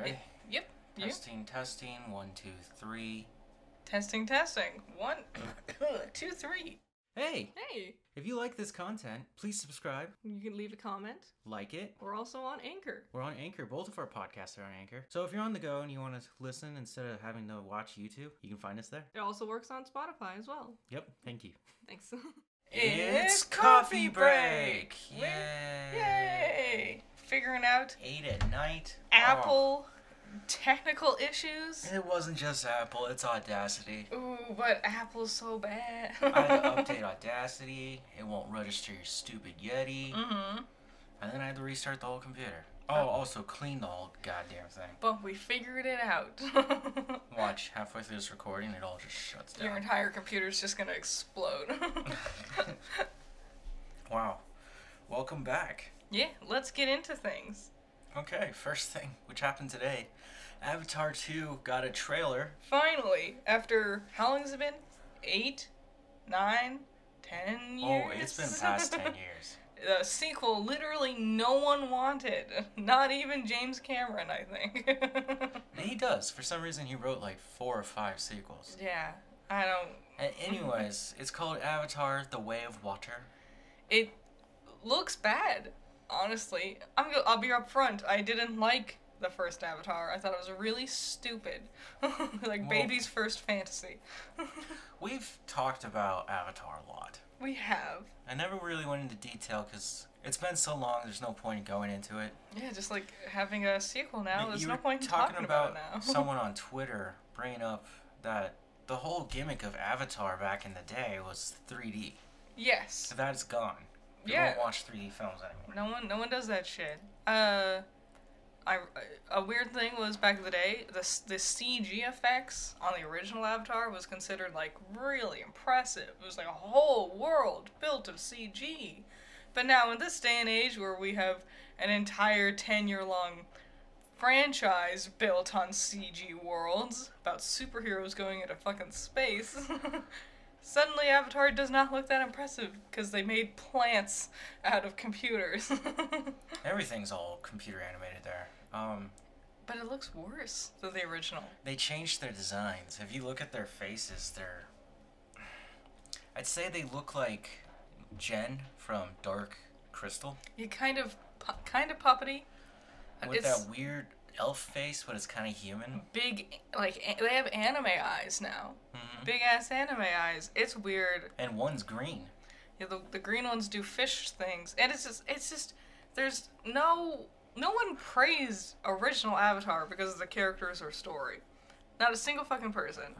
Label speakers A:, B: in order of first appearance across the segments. A: right?
B: Yep. you.
A: Testing, testing. One, two, three.
B: Testing, testing. One, two, three.
A: Hey,
C: Hey,
A: if you like this content, please subscribe,
C: you can leave a comment.
A: like it.
C: We're also on Anchor.
A: We're on Anchor. Both of our podcasts are on Anchor. So if you're on the go and you want to listen instead of having to watch YouTube, you can find us there.
C: It also works on Spotify as well.
A: Yep. Thank you.
C: Thanks.
B: It's coffee break.
A: Yay!
B: Yay! Figuring out
A: Eight at night.
B: Apple technical issues.
A: Oh, It wasn't just Apple. It's Audacity.
B: Ooh, but Apple's so bad.
A: I had to update Audacity. It won't register your stupid Yeti.
B: Mm-hmm.
A: And then I had to restart the whole computer. Oh, also clean the whole goddamn thing.
B: But we figured it out.
A: Watch, halfway through this recording, it all just shuts
B: Your
A: down.
B: entire computer's just gonna explode.
A: Wow. Welcome back.
B: yeah, let's get into things.
A: Okay, first thing, which happened today Avatar 2 got a trailer.
B: Finally, after how long has it been? Eight, nine, ten years.
A: Oh, it's been past 10 years.
B: the sequel literally no one wanted. Not even James Cameron, I think.
A: And he does. For some reason, he wrote like four or five sequels.
B: yeah, I don't.
A: And anyways, it's called Avatar The Way of Water.
B: It looks bad, honestly. I'm. Go- I'll be upfront. I didn't like the first Avatar. I thought it was really stupid, like
A: Well-
B: baby's first fantasy.
A: We've talked about Avatar a lot.
B: we have.
A: I never really went into detail because it's been so long. There's no point in going into it.
B: Yeah, just like having a sequel now.
A: You-
B: There's
A: you
B: no
A: were
B: point in talking, about, it now.
A: someone on Twitter bringing up that the whole gimmick of Avatar back in the day was 3D.
B: yes.
A: So that's gone. People
B: Yeah.
A: don't watch 3D films anymore.
B: No one, no one does that shit. Uh, I a weird thing was back in the day, the s- the CG effects on the original Avatar was considered like really impressive. It was like a whole world built of CG. But now in this day and age, where we have an entire ten year long franchise built on CG worlds about superheroes going into fucking space. Suddenly, Avatar does not look that impressive because they made plants out of computers. but
A: Everything's all computer animated there. Um,
B: it looks worse than the original.
A: they changed their designs. If you look at their faces, they're. I'd say they look like Jen from Dark Crystal
B: You kind of, pu- kind of puppety.
A: with
B: Uh, it's
A: that weird elf face, but it's kind of human.
B: big, like a- they have anime eyes now.
A: Mhm.
B: Big ass anime eyes. It's weird.
A: And one's green.
B: Yeah, the, the green ones do fish things, and it's just, it's just, there's no, no one praised original Avatar because of the characters or story. Not a single fucking person.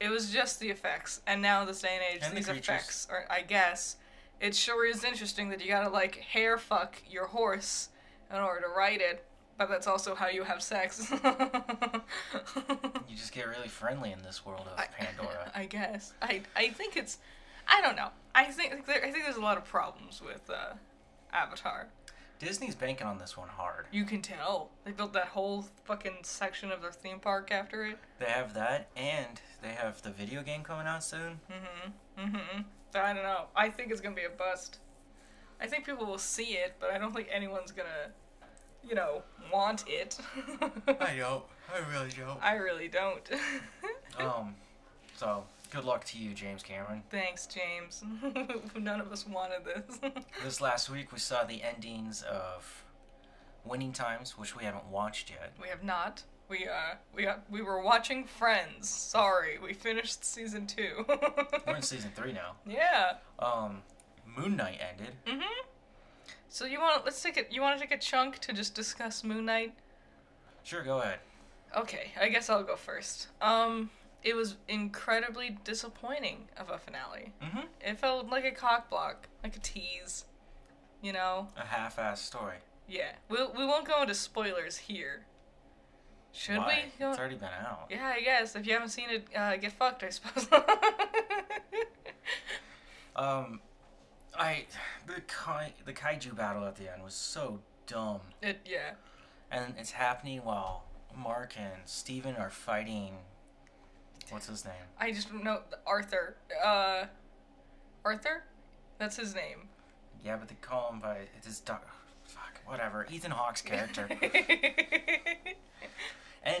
B: It was just the effects, and now in this day and age,
A: And the
B: these
A: creatures.
B: effects are, I guess, it sure is interesting that you gotta like hair fuck your horse in order to ride it, but that's also how you have sex.
A: You just get really friendly in this world of
B: I-
A: Pandora.
B: I guess. I I think it's. I don't know. I think there, I think there's a lot of problems with uh, Avatar.
A: Disney's banking on this one hard.
B: You can tell they built that whole fucking section of their theme park after it.
A: They have that, and they have the video game coming out soon.
B: Mm-hmm. I don't know. I think it's gonna be a bust. I think people will see it, but I don't think anyone's gonna, you know, want it.
A: don't. I really don't.
B: I really don't.
A: Um, so good luck to you, James Cameron.
B: Thanks, James. None of us wanted this.
A: This last week we saw the endings of Winning Times, which we haven't watched yet.
B: We have not. We uh we uh, we were watching Friends. Sorry, we finished season two.
A: We're in season three now.
B: yeah.
A: Um, Moon Knight ended.
B: Mhm. So you want let's take it. You want to take a chunk to just discuss Moon Knight?
A: Sure, go ahead.
B: Okay, I guess I'll go first. Um, it was incredibly disappointing of a finale.
A: Mm-hmm.
B: It felt like a cock block, like a tease. You know?
A: A half-assed story.
B: Yeah. We we won't go into spoilers here. Should
A: Why?
B: we? Go-
A: It's already been out.
B: Yeah, I guess. If you haven't seen it, uh, get fucked, I suppose.
A: Um, I the kai, the kaiju battle at the end was so dumb,
B: it, yeah.
A: and it's happening while Mark and Steven are fighting. What's his name?
B: I just know Arthur. Uh, Arthur? That's his name.
A: Yeah, but they call him by his doc. Fuck, whatever. Ethan Hawke's character.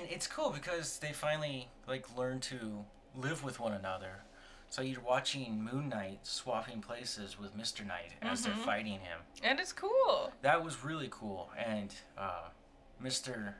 A: it's cool because they finally like learn to live with one another. So you're watching Moon Knight swapping places with Mister Knight as they're
B: Mhm.
A: fighting him.
B: And it's cool.
A: That was really cool, and uh, Mister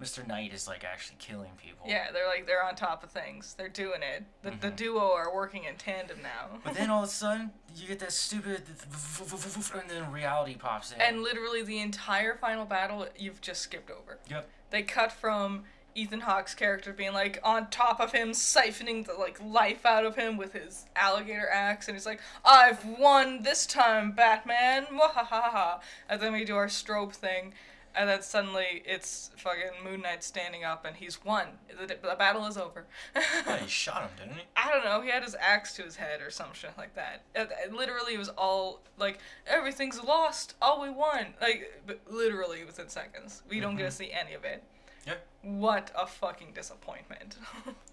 A: Mister Knight is like actually killing people.
B: Yeah, they're like they're on top of things. They're doing it. The, the
A: Mhm.
B: duo are working in tandem now.
A: But then all of a sudden you get that stupid, and then reality pops in.
B: and literally the entire final battle you've just skipped over.
A: Yep.
B: They cut from Ethan Hawke's character being like on top of him, siphoning the like life out of him with his alligator axe, and he's like, "I've won this time, Batman!" Mwahahaha. And then we do our strobe thing, and then suddenly it's fucking Moon Knight standing up, and he's won. The, the battle is over.
A: yeah, he shot him, didn't he?
B: I don't know. He had his axe to his head or some shit like that. It, it literally was all like everything's lost. All we won, like but literally within seconds. We don't get to
A: Mhm.
B: see any of it.
A: Yeah.
B: What a fucking disappointment.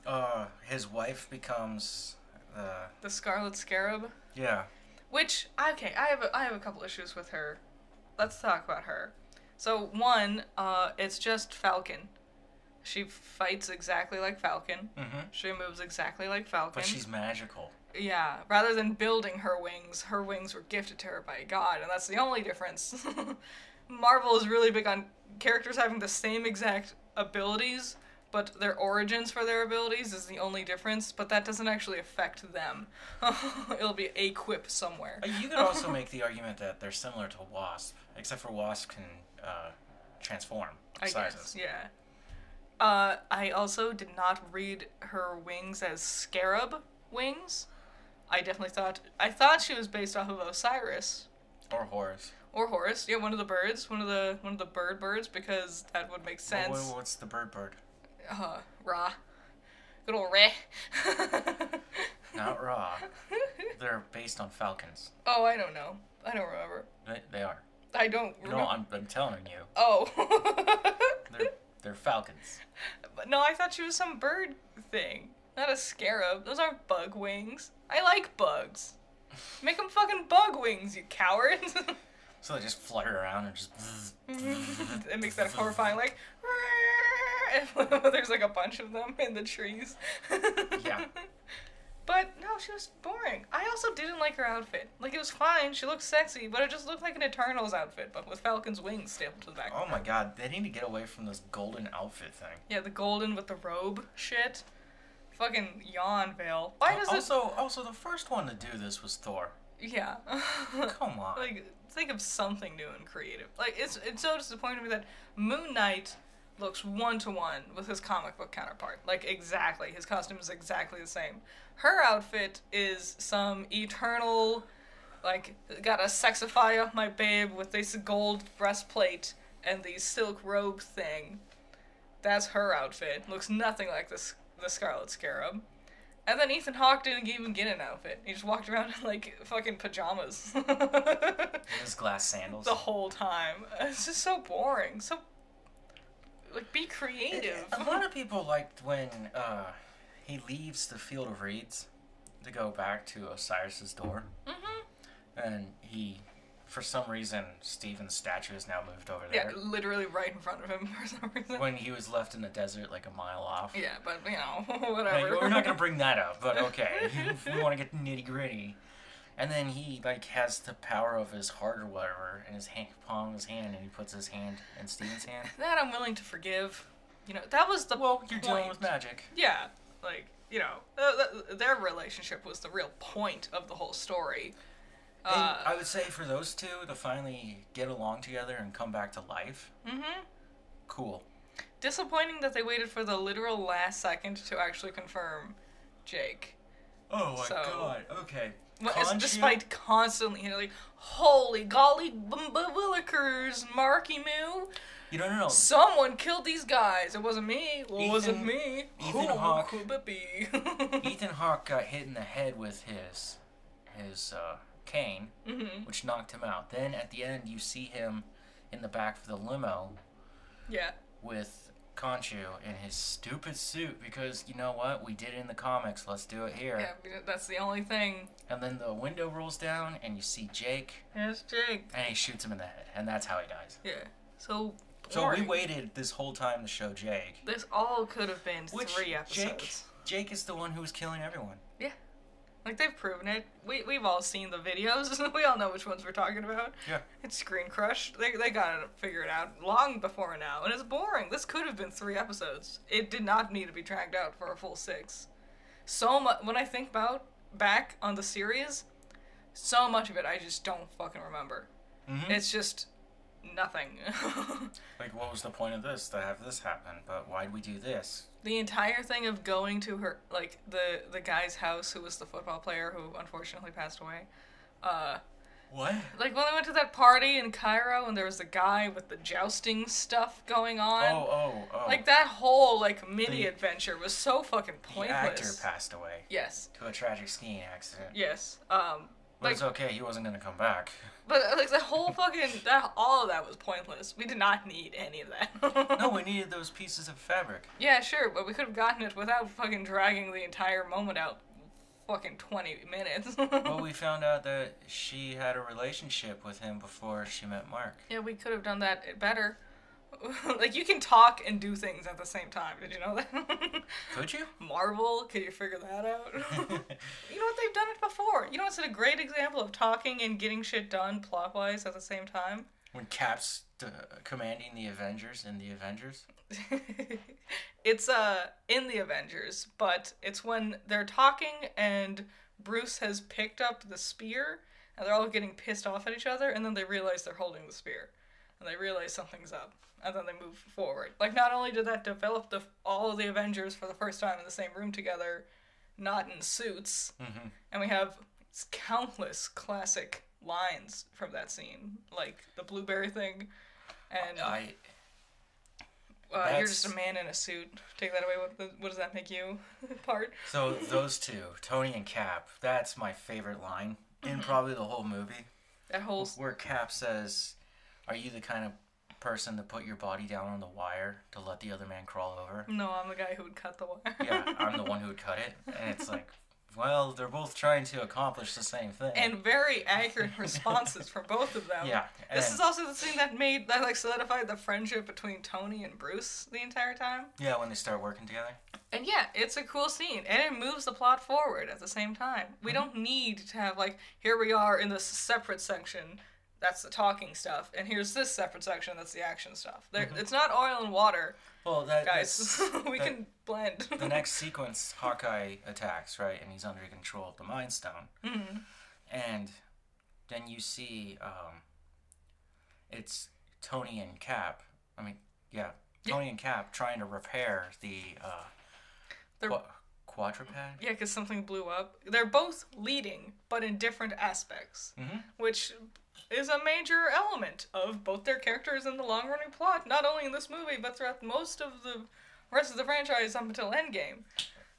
A: Uh, his wife becomes uh,
B: the Scarlet Scarab,
A: yeah.
B: which okay, I have a, I have a couple issues with her. Let's talk about her. So one, uh, it's just Falcon. She fights exactly like Falcon.
A: Mm-hmm.
B: She moves exactly like Falcon.
A: But she's magical.
B: Yeah, rather than building her wings, her wings were gifted to her by God, and that's the only difference. Marvel is really big on characters having the same exact abilities, but their origins for their abilities is the only difference, but that doesn't actually affect them. It'll be a quip somewhere.
A: Uh, You could also make the argument that they're similar to Wasp, except for Wasp can uh, transform
B: I
A: sizes.
B: guess, yeah. Uh, I also did not read her wings as scarab wings. I definitely thought I thought she was based off of Osiris,
A: Or Horus.
B: or Horus. Yeah, one of the birds, one of the one of the bird birds, because that would make
A: Wha- wha-
B: sense.
A: what's the bird bird?
B: Uh, Ra, good old Ra.
A: Not Ra. They're based on falcons.
B: oh, I don't know. I don't remember.
A: They, they are.
B: I don't. Remember.
A: No, I'm, I'm telling you.
B: oh.
A: They're, they're falcons.
B: But no, I thought she was some bird thing, not a scarab. Those aren't bug wings. I like bugs. Make them fucking bug wings, you cowards.
A: So they just flutter around and just.
B: Mm-hmm. it makes that horrifying like. if There's like a bunch of them in the trees.
A: Yeah.
B: But no, she was boring. I also didn't like her outfit. Like it was fine, she looked sexy, but it just looked like an Eternals outfit, but with Falcon's wings stapled to the back.
A: Oh my god, they need to get away from this golden outfit thing.
B: Yeah, the golden with the robe shit. Fucking yawn veil. Why does it?
A: Uh, also, also the first one to do this was Thor.
B: Yeah.
A: Come on.
B: like think of something new and creative. Like it's it's so disappointing to me that Moon Knight looks one to one with his comic book counterpart. Like exactly. His costume is exactly the same. Her outfit is some eternal like gotta sexify up my babe with this gold breastplate and the silk robe thing. That's her outfit. Looks nothing like this the Scarlet Scarab. And then Ethan Hawke didn't even get an outfit. He just walked around in like fucking pajamas
A: In his glass sandals.
B: the whole time. It's just so boring. So like be creative.
A: A lot of people liked when uh, he leaves the field of reeds to go back to Osiris's door,
B: Mhm.
A: and he, for some reason, Stephen's statue is now moved over
B: Yeah,
A: there.
B: literally right in front of him for some reason.
A: When he was left in the desert, like a mile off.
B: yeah, but you know,
A: Like,
B: whatever.
A: we're not gonna bring that up, but okay. if we want to get nitty gritty. And then he like has the power of his heart or whatever in his hand, palm of his hand, and he puts his hand in Steven's hand.
B: that I'm willing to forgive. You know, that was the
A: Well, you're dealing
B: point.
A: with magic.
B: Yeah, like you know, th- th- their relationship was the real point of the whole story.
A: And
B: Uh,
A: I would say for those two to finally get along together and come back to life,
B: hmm
A: cool.
B: Disappointing that they waited for the literal last second to actually confirm Jake.
A: Oh
B: my So- God,
A: Okay.
B: Well, it's despite constantly, you know, like, holy golly, bum- bum- willikers, Marky Moo,
A: you don't know.
B: someone killed these guys. It wasn't me. Well, it wasn't
A: Ethan-
B: me.
A: Ethan
B: Who
A: Hawke. E-
B: could it be?
A: Ethan Hawke got hit in the head with his his uh, cane,
B: Mhm.
A: which knocked him out. Then at the end, you see him in the back of the limo
B: Yeah.
A: with Conchu in his stupid suit because you know what? We did it in the comics. Let's do it here.
B: Yeah, that's the only thing.
A: And then the window rolls down, and you see Jake,
B: It's Jake.
A: and he shoots him in the head, and that's how he dies.
B: Yeah. So
A: So we
B: Sorry.
A: waited this whole time to show Jake.
B: This all could have been
A: Which
B: three episodes.
A: Jake, Jake is the one who was killing everyone.
B: Like they've proven it. We we've all seen the videos. we all know which ones we're talking about.
A: Yeah.
B: It's screen crushed. They they got it figured out long before now, and it's boring. This could have been three episodes. It did not need to be dragged out for a full six. So much. When I think about back on the series, so much of it I just don't fucking remember.
A: Mm-hmm.
B: It's just nothing.
A: Like, what was the point of this to have this happen? But why'd we do this?
B: the entire thing of going to her like the the guy's house who was the football player who unfortunately passed away. Uh
A: What?
B: Like when I went to that party in Cairo and there was the guy with the jousting stuff going
A: Oh,
B: on.
A: oh, oh.
B: Like that whole like mini
A: The-
B: adventure was so fucking
A: the actor
B: pointless.
A: passed away
B: yes.
A: to a tragic skiing accident.
B: Yes. Um
A: But it's okay. He wasn't gonna come back.
B: but uh, like the whole fucking that all of that was pointless. We did not need any of that.
A: No, we needed those pieces of fabric.
B: Yeah, sure, but we could have gotten it without fucking dragging the entire moment out fucking 20 minutes.
A: Well, we found out that she had a relationship with him before she met Mark.
B: Yeah, we could have done that better. like you can talk and do things at the same time. Did you know that?
A: Could you?
B: Marvel, can you figure that out? you know what? They've done it before. You know what's a great example of talking and getting shit done plot wise at the same time?
A: when Cap's uh, commanding the Avengers in the Avengers.
B: it's uh in the Avengers, but it's when they're talking and Bruce has picked up the spear and they're all getting pissed off at each other and then they realize they're holding the spear and they realize something's up and then they move forward. Like not only did that develop the all of the Avengers for the first time in the same room together, not in suits,
A: Mm-hmm.
B: and we have countless classic lines from that scene, like the blueberry thing and
A: I
B: uh, you're
A: That's-
B: just a man in a suit. Take that away. What, the, what does that make you? Part.
A: so those two, Tony and Cap. That's my favorite line in
B: Mm-hmm.
A: probably the whole movie,
B: That whole. s-
A: where Cap says, "Are you the kind of person to put your body down on the wire to let the other man crawl over?"
B: No, I'm the guy who would cut the wire.
A: yeah, I'm the one who would cut it, and it's like, well, they're both trying to accomplish the same thing.
B: and very accurate responses from both of them.
A: yeah, and,
B: This is also the thing that made that like solidified the friendship between Tony and Bruce the entire time.
A: yeah when they start working together.
B: And yeah, it's a cool scene, and it moves the plot forward at the same time. We
A: Mm-hmm.
B: don't need to have like here we are in this separate section that's the talking stuff, and here's this separate section that's the action stuff. There,
A: Mm-hmm.
B: it's not oil and water,
A: Well, that
B: guys.
A: that's-
B: we
A: that-
B: can blend.
A: the next sequence, Hawkeye attacks, right, and he's under control of the Mind Stone.
B: Mhm.
A: And then you see um, it's Tony and Cap. I mean, yeah,
B: Yeah.
A: Tony and Cap trying to repair the uh,
B: They're-
A: qua- quadruped.
B: Yeah, because something blew up. They're both leading, but in different aspects,
A: Mhm.
B: which is a major element of both their characters in the long running plot, not only in this movie, but throughout most of the rest of the franchise up until Endgame.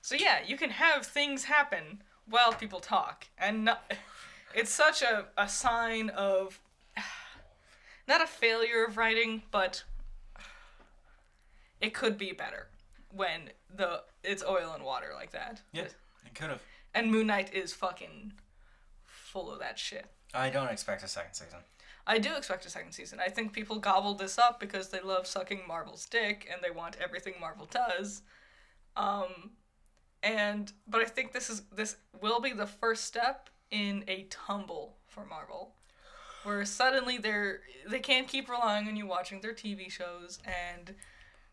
B: So, yeah, you can have things happen while people talk, and no- it's such a, a sign of not a failure of writing, but it could be better when the it's oil and water like that.
A: Yeah, it could have.
B: And Moon Knight is fucking full of that shit.
A: I don't expect a second season.
B: I do expect a second season. I think people gobbled this up because they love sucking Marvel's dick and they want everything Marvel does. Um and but I think this is this will be the first step in a tumble for Marvel. Where suddenly they're they can't keep relying on you watching their TV shows and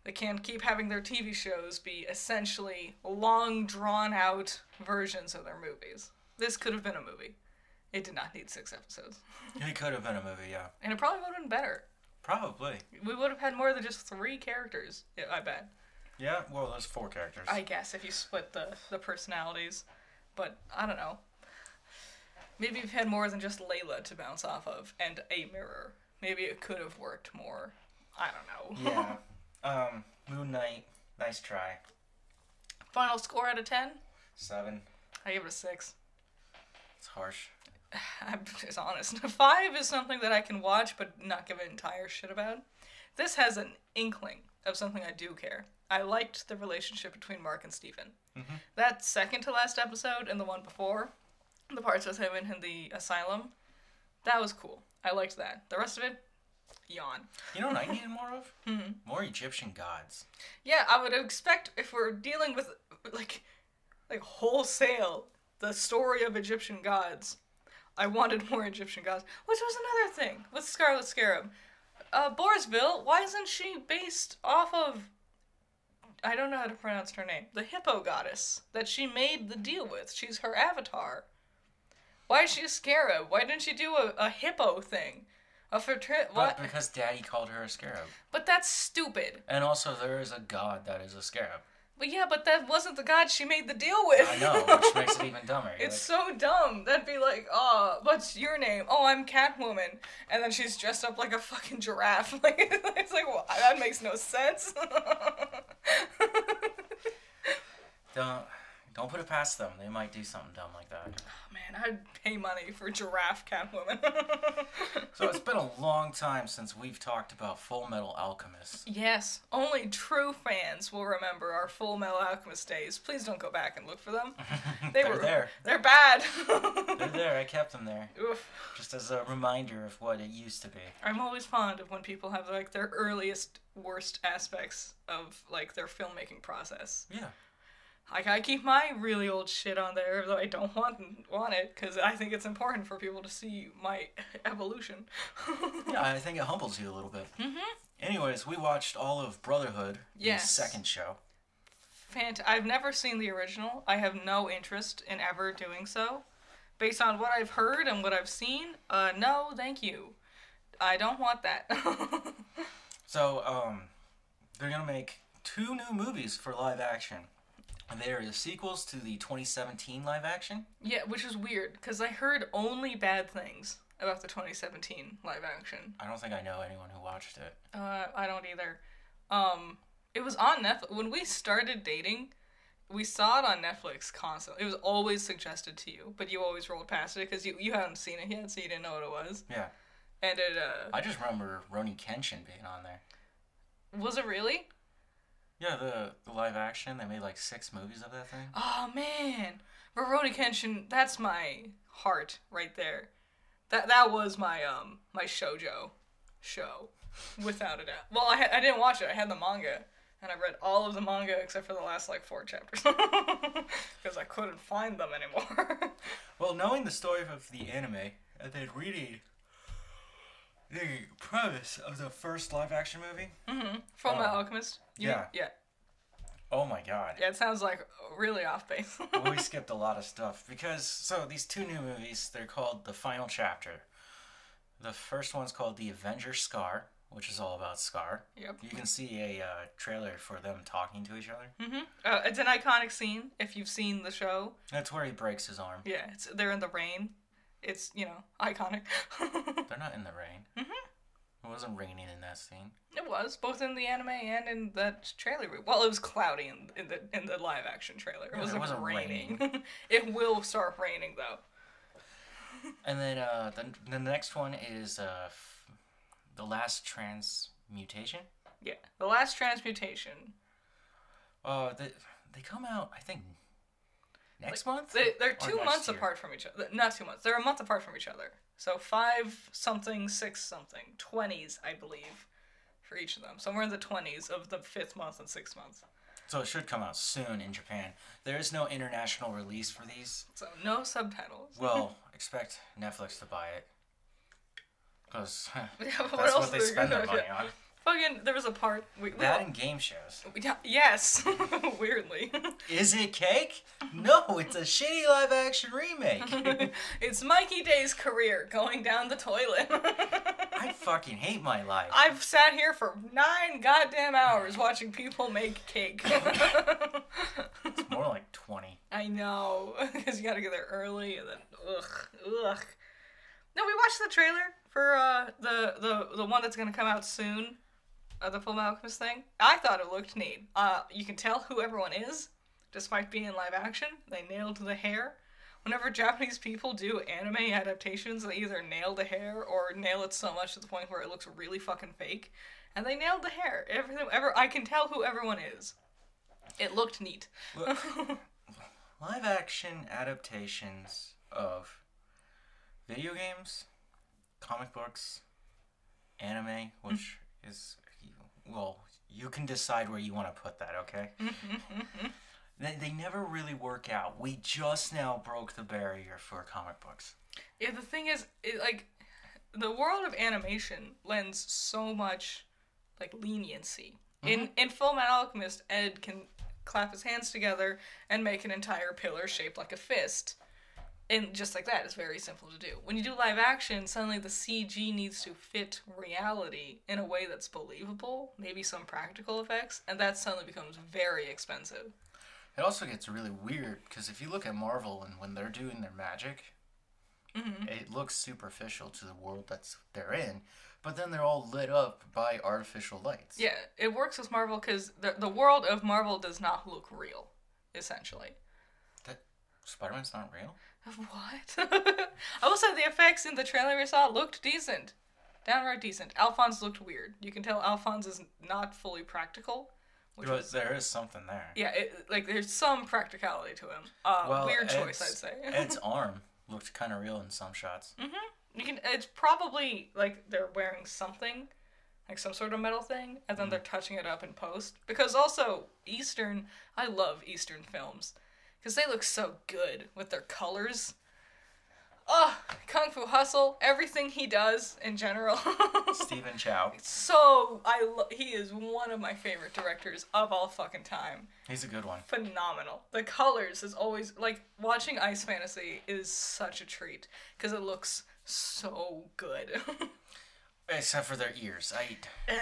B: they can't keep having their TV shows be essentially long drawn out versions of their movies. This could have been a movie. It did not need six episodes.
A: It could have been a movie, yeah.
B: And it probably would have been better.
A: Probably.
B: We would have had more than just three characters, yeah, I bet.
A: Yeah, well, there's four characters.
B: I guess if you split the, the personalities. But I don't know. Maybe we've had more than just Layla to bounce off of and a mirror. Maybe it could have worked more. I don't know.
A: Yeah. um, Moon Knight, nice try.
B: Final score out of 10?
A: Seven.
B: I give it a 6.
A: It's harsh.
B: I'm just honest. Five is something that I can watch but not give an entire shit about. This has an inkling of something I do care. I liked the relationship between Mark and Stephen. That second to last episode and the one before, the parts with him in the asylum, that was cool. I liked that. The rest of it, Yawn.
A: You know what I needed more of?
B: Hmm.
A: More Egyptian gods.
B: Yeah, I would expect if we're dealing with like like wholesale the story of Egyptian gods. I wanted more Egyptian gods, which was another thing with Scarlet Scarab. Uh, Borsville, why isn't she based off of? I don't know how to pronounce her name. The hippo goddess that she made the deal with. She's her avatar. Why is she a scarab? Why didn't she do a, a hippo thing? A frater- what?
A: But because Daddy called her a scarab.
B: But that's stupid.
A: And also, there is a god that is a scarab.
B: But yeah, but that wasn't the god she made the deal with.
A: I know, which makes it even dumber. You're
B: It's
A: like,
B: so dumb. That'd be like, oh, what's your name? Oh, I'm Catwoman. And then she's dressed up like a fucking giraffe. Like, it's like, well, that makes no sense. oh,
A: don't, don't put it past them. They might do something dumb like that.
B: man, I'd pay money for giraffe Catwoman.
A: So it's been a long time since we've talked about Full Metal Alchemist.
B: yes, only true fans will remember our Full Metal Alchemist days. Please don't go back and look for them. They
A: are
B: were-
A: there.
B: They're bad.
A: They're there. I kept them there.
B: Oof.
A: Just as a reminder of what it used to be.
B: I'm always fond of when people have like their earliest worst aspects of like their filmmaking process.
A: Yeah.
B: Like I keep my really old shit on there, though I don't want want it because I think it's important for people to see my evolution.
A: Yeah, I think it humbles you a little bit. Mm-hmm. Anyways, we watched all of Brotherhood, the
B: Yes.
A: second show.
B: Fant- I've never seen the original. I have no interest in ever doing so. Based on what I've heard and what I've seen, uh, no, thank you. I don't want that.
A: So, um, they're gonna make two new movies for live action. And They are the sequels to the 2017 live action.
B: yeah, which is weird because I heard only bad things about the 2017 live action.
A: I don't think I know anyone who watched it.
B: Uh, I don't either. Um, it was on Netflix when we started dating. We saw it on Netflix constantly. It was always suggested to you, but you always rolled past it because you you hadn't seen it yet, so you didn't know what it was.
A: Yeah,
B: And it uh,
A: I just remember Roni Kenshin being on there.
B: was it really?
A: Yeah, the, the live action. They made like six movies of that thing.
B: Oh man, Rurouni Kenshin. That's my heart right there. That that was my um my shojo show, without a doubt. Well, I had I didn't watch it. I had the manga, and I read all of the manga except for the last like four chapters because I couldn't find them anymore.
A: Well, knowing the story of the anime and then reading the premise of the first live action movie,
B: Full Metal
A: Oh.
B: Alchemist. You-
A: Yeah.
B: yeah,
A: oh my god.
B: yeah. It sounds like really off base.
A: we skipped a lot of stuff because so these two new movies they're called the final chapter the first one's called the avenger scar which is all about scar
B: yep.
A: you can see a uh, trailer for them talking to each other
B: hmm Uh, it's an iconic scene if you've seen the show.
A: that's where he breaks his arm
B: Yeah, it's they're in the rain. It's you know iconic.
A: they're not in the rain it
B: Mm-hmm.
A: wasn't raining in that scene
B: It was both in the anime and in that trailer. Well, it was cloudy in, in the in the live action trailer. It
A: Yeah,
B: wasn't,
A: it wasn't
B: raining. it will start raining though.
A: and then uh, the, the next one is uh, f- the last transmutation
B: Yeah, the last transmutation.
A: uh, they, they come out i think next month
B: They, they're
A: Or
B: two
A: next
B: months
A: year.
B: apart from each other. Not two months. They're a month apart from each other. So five something, six something, twenties, I believe, for each of them. Somewhere in the twenties of the fifth month and sixth month.
A: So it should come out soon in Japan. There is no international release for these.
B: So no subtitles.
A: Well, expect Netflix to buy it. Because
B: Yeah,
A: that's
B: but
A: what,
B: else
A: they
B: are they
A: spend their
B: gonna
A: money
B: do?
A: on.
B: Fucking, there was a part. We, we
A: That
B: all-
A: and game shows.
B: yeah, yes, weirdly.
A: Is it cake? No, it's a shitty live action remake.
B: it's Mikey Day's career going down the toilet.
A: I fucking hate my life.
B: I've sat here for nine goddamn hours watching people make cake.
A: More like 20.
B: I know, because you gotta get there early and then ugh, ugh. No, we watched the trailer for uh, the the the one that's gonna come out soon, uh, the Full Metal Alchemist thing. I thought it looked neat. Uh, you can tell who everyone is, despite being live action. They nailed the hair. Whenever Japanese people do anime adaptations, they either nail the hair or nail it so much to the point where it looks really fucking fake. And they nailed the hair. Everything, ever I can tell who everyone is. It looked neat.
A: Look, live action adaptations of video games, comic books, anime, which is well, you can decide where you want to put that, okay? They, they never really work out. We just now broke the barrier for comic books.
B: Yeah, the thing is, it, like, the world of animation lends so much, like, leniency. In in Fullmetal Alchemist, Ed can clap his hands together and make an entire pillar shaped like a fist, and just like that, it's very simple to do. When you do live action, suddenly the CG needs to fit reality in a way that's believable, maybe some practical effects, and that suddenly becomes very expensive.
A: It also gets really weird because if you look at Marvel and when they're doing their magic, it looks superficial to the world that's they're in, but then they're all lit up by artificial lights.
B: Yeah, it works with Marvel because the the world of Marvel does not look real, essentially.
A: That Spider-Man's not real.
B: What? I will say the effects in the trailer we saw looked decent. Downright decent. Alphonse looked weird. You can tell Alphonse is not fully practical. Which
A: But
B: was,
A: there is something there.
B: yeah, it, like there's some practicality to him. Uh, weird choice, I'd
A: Ed's-
B: say.
A: Ed's arm looked kind of real in some shots.
B: you can. It's probably like they're wearing something, like some sort of metal thing, and then they're touching it up in post. Because also Eastern, I love Eastern films, because they look so good with their colors. Ugh, Kung Fu Hustle, everything he does in general.
A: Stephen Chow,
B: so I lo- he is one of my favorite directors of all fucking time
A: he's a good one.
B: phenomenal. The colors is always like watching Ice Fantasy is such a treat because it looks so good.
A: Except for their ears. I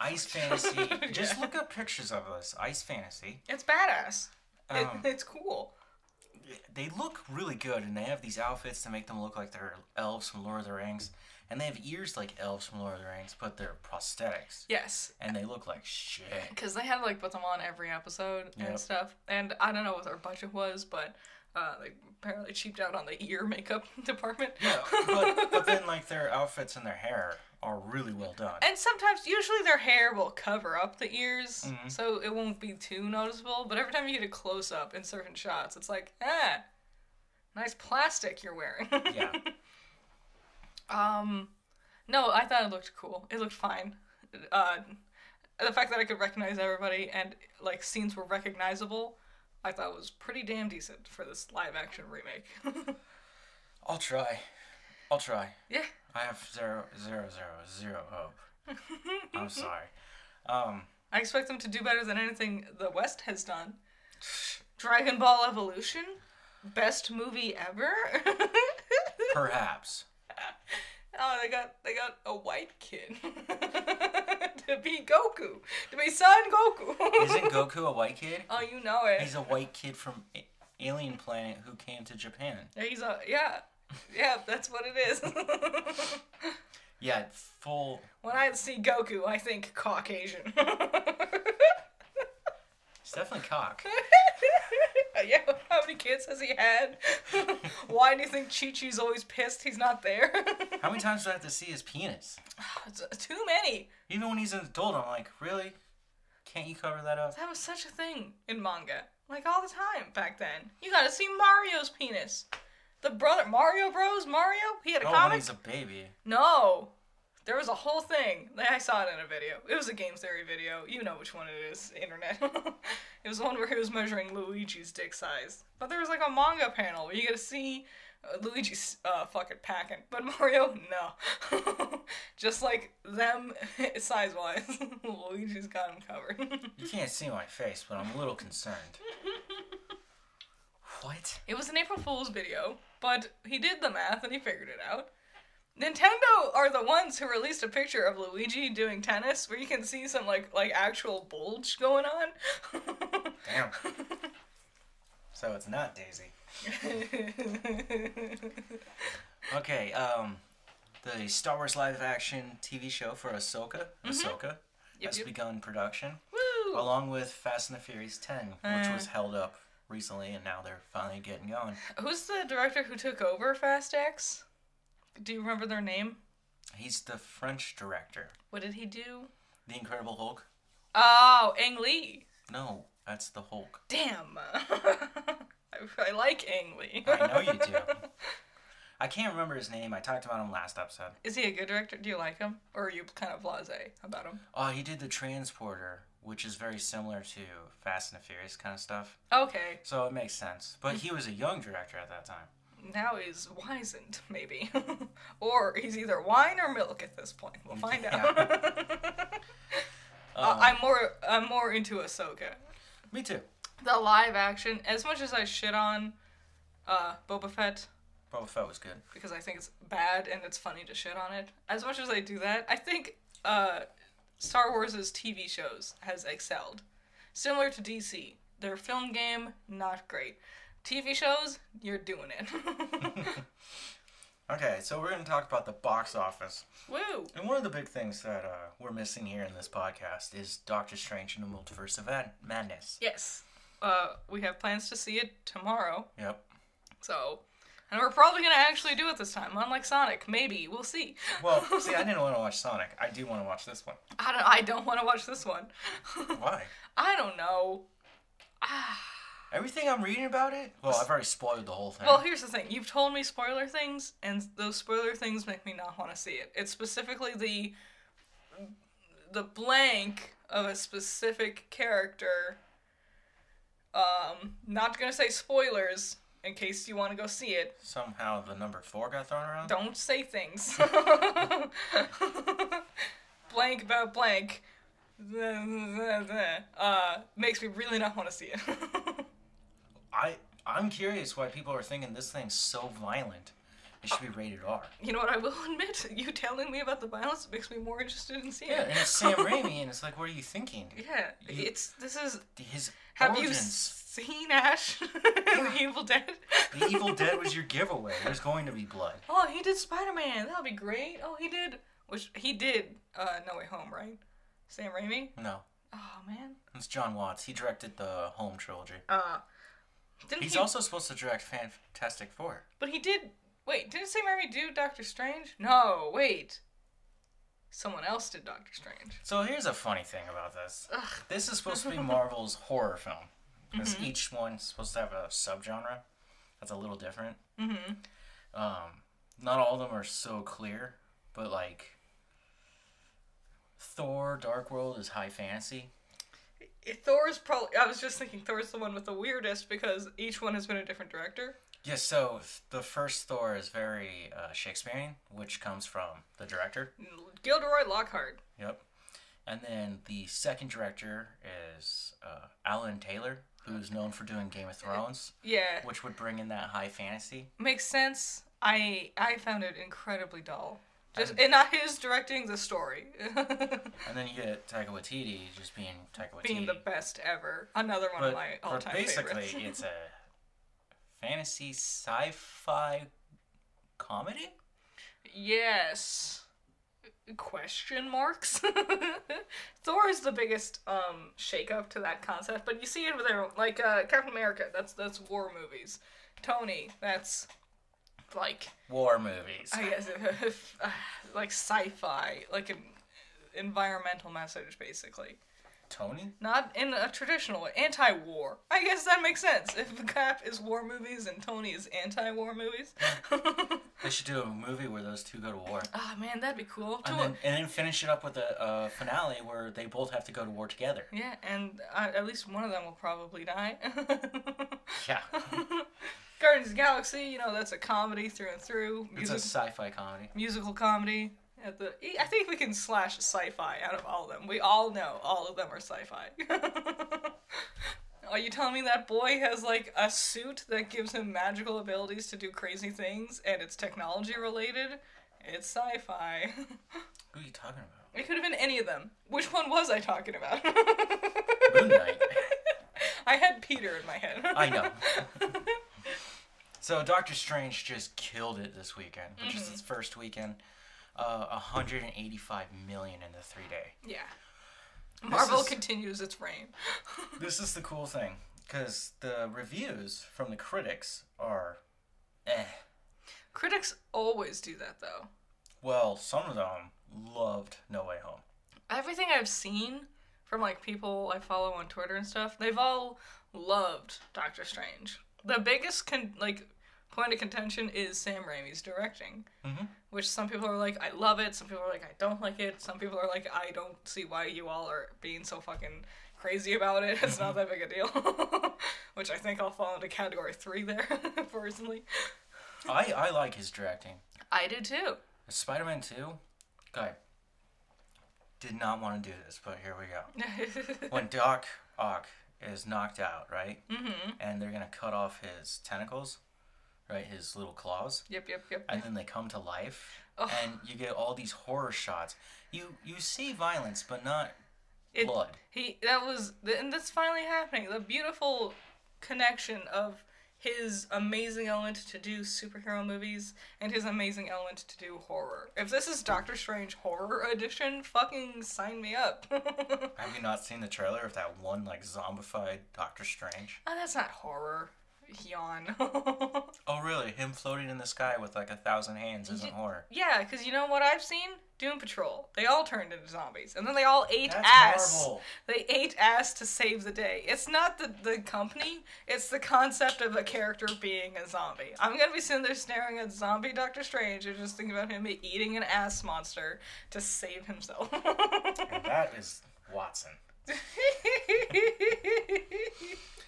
A: Ice Fantasy. Just look up pictures of this Ice Fantasy.
B: it's badass. It,
A: Um,
B: it's cool.
A: they look really good, and they have these outfits to make them look like they're elves from Lord of the Rings, and they have ears like elves from Lord of the Rings, but they're prosthetics,
B: Yes,
A: and they look like shit.
B: because they had to, like put them on every episode
A: Yep.
B: and stuff. And I don't know what their budget was, but uh, they apparently cheaped out on the ear makeup department.
A: Yeah, but, but then like their outfits and their hair are really well done.
B: And sometimes, usually their hair will cover up the ears, so it won't be too noticeable. But every time you get a close up in certain shots, it's like, ah, nice plastic you're wearing.
A: Yeah,
B: um, no, I thought it looked cool. It looked fine. Uh, the fact that I could recognize everybody and like scenes were recognizable, I thought was pretty damn decent for this live action remake.
A: I'll try. I'll try.
B: yeah,
A: I have zero, zero, zero, zero hope. I'm sorry. Um,
B: I expect them to do better than anything the West has done. Dragon Ball Evolution, best movie ever. oh,
A: perhaps.
B: they got they got a white kid to be Goku, to be Son Goku.
A: Isn't Goku a white kid?
B: oh, you know it.
A: He's a white kid from A- Alien Planet who came to Japan.
B: Yeah, he's a yeah, yeah. That's what it is.
A: Yeah, full.
B: when I see Goku, I think Caucasian.
A: It's definitely cock.
B: yeah, how many kids has he had? Why do you think Chi Chi's always pissed he's not there?
A: How many times do I have to see his penis?
B: It's uh, Too many.
A: Even when he's an adult, I'm like, really? Can't you cover that up?
B: That was such a thing in manga, like all the time back then. You gotta see Mario's penis. The brother Mario Bros. Mario, he had a
A: Oh, when
B: comic.
A: he's a baby.
B: No, there was a whole thing. Like, I saw it in a video. It was a game theory video. You know which one it is, internet. it was the one where he was measuring Luigi's dick size. But there was like a manga panel where you get to see uh, Luigi's uh, fucking packing, but Mario, no. Just like them size wise, Luigi's got him covered.
A: You can't see my face, but I'm a little concerned. what?
B: It was an April Fool's video, but he did the math and he figured it out. Nintendo are the ones who released a picture of Luigi doing tennis where you can see some like like actual bulge going on.
A: Damn. so it's not Daisy. Okay, um, the Star Wars live action TV show for Ahsoka, Ahsoka, has
B: Mm-hmm. yep.
A: begun production,
B: Woo!
A: along with Fast and the Furious 10, which
B: Uh.
A: was held up recently, and now they're finally getting going.
B: Who's the director who took over Fast X? Do you remember their name?
A: He's the French director.
B: What did he do?
A: The Incredible Hulk?
B: Oh, Ang Lee.
A: No, that's the Hulk.
B: Damn. I, I like Ang Lee.
A: I know you do. I can't remember his name. I talked about him last episode.
B: Is he a good director? Do you like him, or are you kind of blasé about him?
A: Oh, he did the Transporter, which is very similar to Fast and the Furious kind of stuff.
B: Okay,
A: So it makes sense.
B: Mm.
A: But he was a young director at that time.
B: now he's wizened, maybe, or he's either wine or milk at this point. We'll find out.
A: Um,
B: I- I'm more I'm more into Ahsoka.
A: me too.
B: The live action, as much as I shit on uh, Boba Fett
A: Boba Fett was good.
B: because I think it's bad and it's funny to shit on it. As much as I do that, I think uh, Star Wars' TV shows has excelled, similar to DC. Their film game not great. TV shows, you're doing it.
A: Okay, so we're going to talk about the box office.
B: Woo!
A: And one of the big things that uh, we're missing here in this podcast is Doctor Strange and the Multiverse of Ad- Madness.
B: Yes, uh, we have plans to see it tomorrow.
A: Yep.
B: So, and we're probably gonna actually do it this time. Unlike Sonic, maybe we'll see.
A: Well, see, I didn't want to watch Sonic. I do want to watch this one.
B: I don't. I don't want to watch this one.
A: Why?
B: I don't know.
A: Everything I'm reading about it. Well, I've already spoiled the whole thing.
B: Well, here's the thing. You've told me spoiler things, and those spoiler things make me not want to see it. It's specifically the the blank of a specific character. Um, not gonna say spoilers in case you want to go see it.
A: Somehow the number four got thrown around.
B: Don't say things. blank about blank. Uh, makes me really not want to see it.
A: I I'm curious why people are thinking this thing's so violent. It should be rated R.
B: You know what? I will admit, you telling me about the violence makes me more interested in seeing
A: Yeah,
B: it.
A: and it's Sam Raimi, and it's like, what are you thinking?
B: yeah,
A: You-
B: it's this is.
A: His
B: Have you
A: origins.
B: seen Ash in the Evil Dead?
A: The Evil Dead was your giveaway. There's going to be blood.
B: Oh, he did Spider Man. That'll be great. Oh, he did. Which he did. Uh, No Way Home, right? Sam Raimi.
A: No,
B: Oh man.
A: it's John Watts. He directed the Home trilogy.
B: Uh, didn't
A: He's
B: he?
A: also supposed to direct Fantastic Four.
B: but he did. Wait, didn't Sam Raimi do Doctor Strange? No, wait. Someone else did Doctor Strange.
A: So here's a funny thing about this. This is supposed to be Marvel's horror film. Because each one's supposed to have a subgenre that's a little different. Mm-hmm. Um, not all of them are so clear, but like Thor Dark World is high fantasy.
B: Thor's probably. I was just thinking Thor's the one with the weirdest because each one has been a different director.
A: Yes, so the first Thor is very uh, Shakespearean, which comes from the director.
B: Gilderoy Lockhart.
A: Yep. And then the second director is uh, Alan Taylor, who's known for doing Game of Thrones,
B: Yeah,
A: which would bring in that high fantasy.
B: makes sense. I I found it incredibly dull. Just and not his directing the story,
A: And then you get Taika Waititi just being Taika Waititi.
B: being the best ever. Another one
A: but,
B: of my
A: but
B: all-time
A: basically,
B: favorites.
A: it's a fantasy sci-fi comedy.
B: yes. Question marks. Thor is the biggest um shake-up to that concept, but you see it with everyone, like uh, Captain America. That's that's war movies. Tony, that's like
A: War movies.
B: I guess if, if, uh, like sci-fi, like an environmental message, basically.
A: Tony?
B: Not in a traditional way. Anti-war. I guess that makes sense. If Cap is war movies and Tony is anti-war movies. Ah
A: They should do a movie where those two go to war.
B: man, that'd be cool.
A: And
B: To-
A: then, and then finish it up with a, a finale where they both have to go to war together.
B: yeah, and uh, at least one of them will probably die.
A: Yeah.
B: Guardians of the Galaxy, you know, that's a comedy through and through.
A: It's a
B: Music-
A: sci-fi comedy.
B: musical comedy. At the, e, I think we can slash sci-fi out of all of them. We all know all of them are sci-fi. are you telling me that boy has like a suit that gives him magical abilities to do crazy things, and it's technology related? It's sci-fi.
A: Who are you talking about?
B: it could have been any of them. Which one was I talking about?
A: Moon Knight.
B: I had Peter in my head.
A: I know. So Doctor Strange just killed it this weekend, which is its first weekend. Uh, 185 million in the three day.
B: yeah. Marvel
A: is-
B: continues its reign.
A: This is the cool thing because the reviews from the critics are, eh.
B: Critics always do that though.
A: Well, some of them loved No Way Home.
B: everything I've seen from like people I follow on Twitter and stuff, they've all loved Doctor Strange. The biggest con- like point of contention is Sam Raimi's directing,
A: Mhm.
B: which some people are like, I love it. Some people are like, I don't like it. Some people are like, I don't see why you all are being so fucking crazy about it. It's not that big a deal. which I think I'll fall into category three there, personally.
A: I, I like his directing.
B: I do too.
A: Spider Man 2, okay. Did not want to do this, but here we go. When Doc Ock is knocked out, right?
B: mm-hmm.
A: And they're going to cut off his tentacles, right? His little claws.
B: Yep, yep, yep.
A: And then they come to life.
B: Ugh.
A: And you get all these horror shots. You you see violence, but not
B: It-
A: blood.
B: He that was and that's finally happening. The beautiful connection of his amazing element to do superhero movies and his amazing element to do horror. If this is Doctor Strange horror edition, fucking sign me up. oh,
A: Have you not seen the trailer of that one like zombified Doctor Strange?
B: that's not horror. Yawn.
A: Oh really? Him floating in the sky with like a thousand hands isn't horror.
B: yeah, because you know what I've seen? Doom Patrol. They all turned into zombies, and then they all ate
A: That's
B: ass.
A: Marvel.
B: They ate ass to save the day. It's not the, the company, it's the concept of a character being a zombie. I'm gonna be sitting there staring at zombie Doctor Strange and just thinking about him eating an ass monster to save himself.
A: And that is Watson.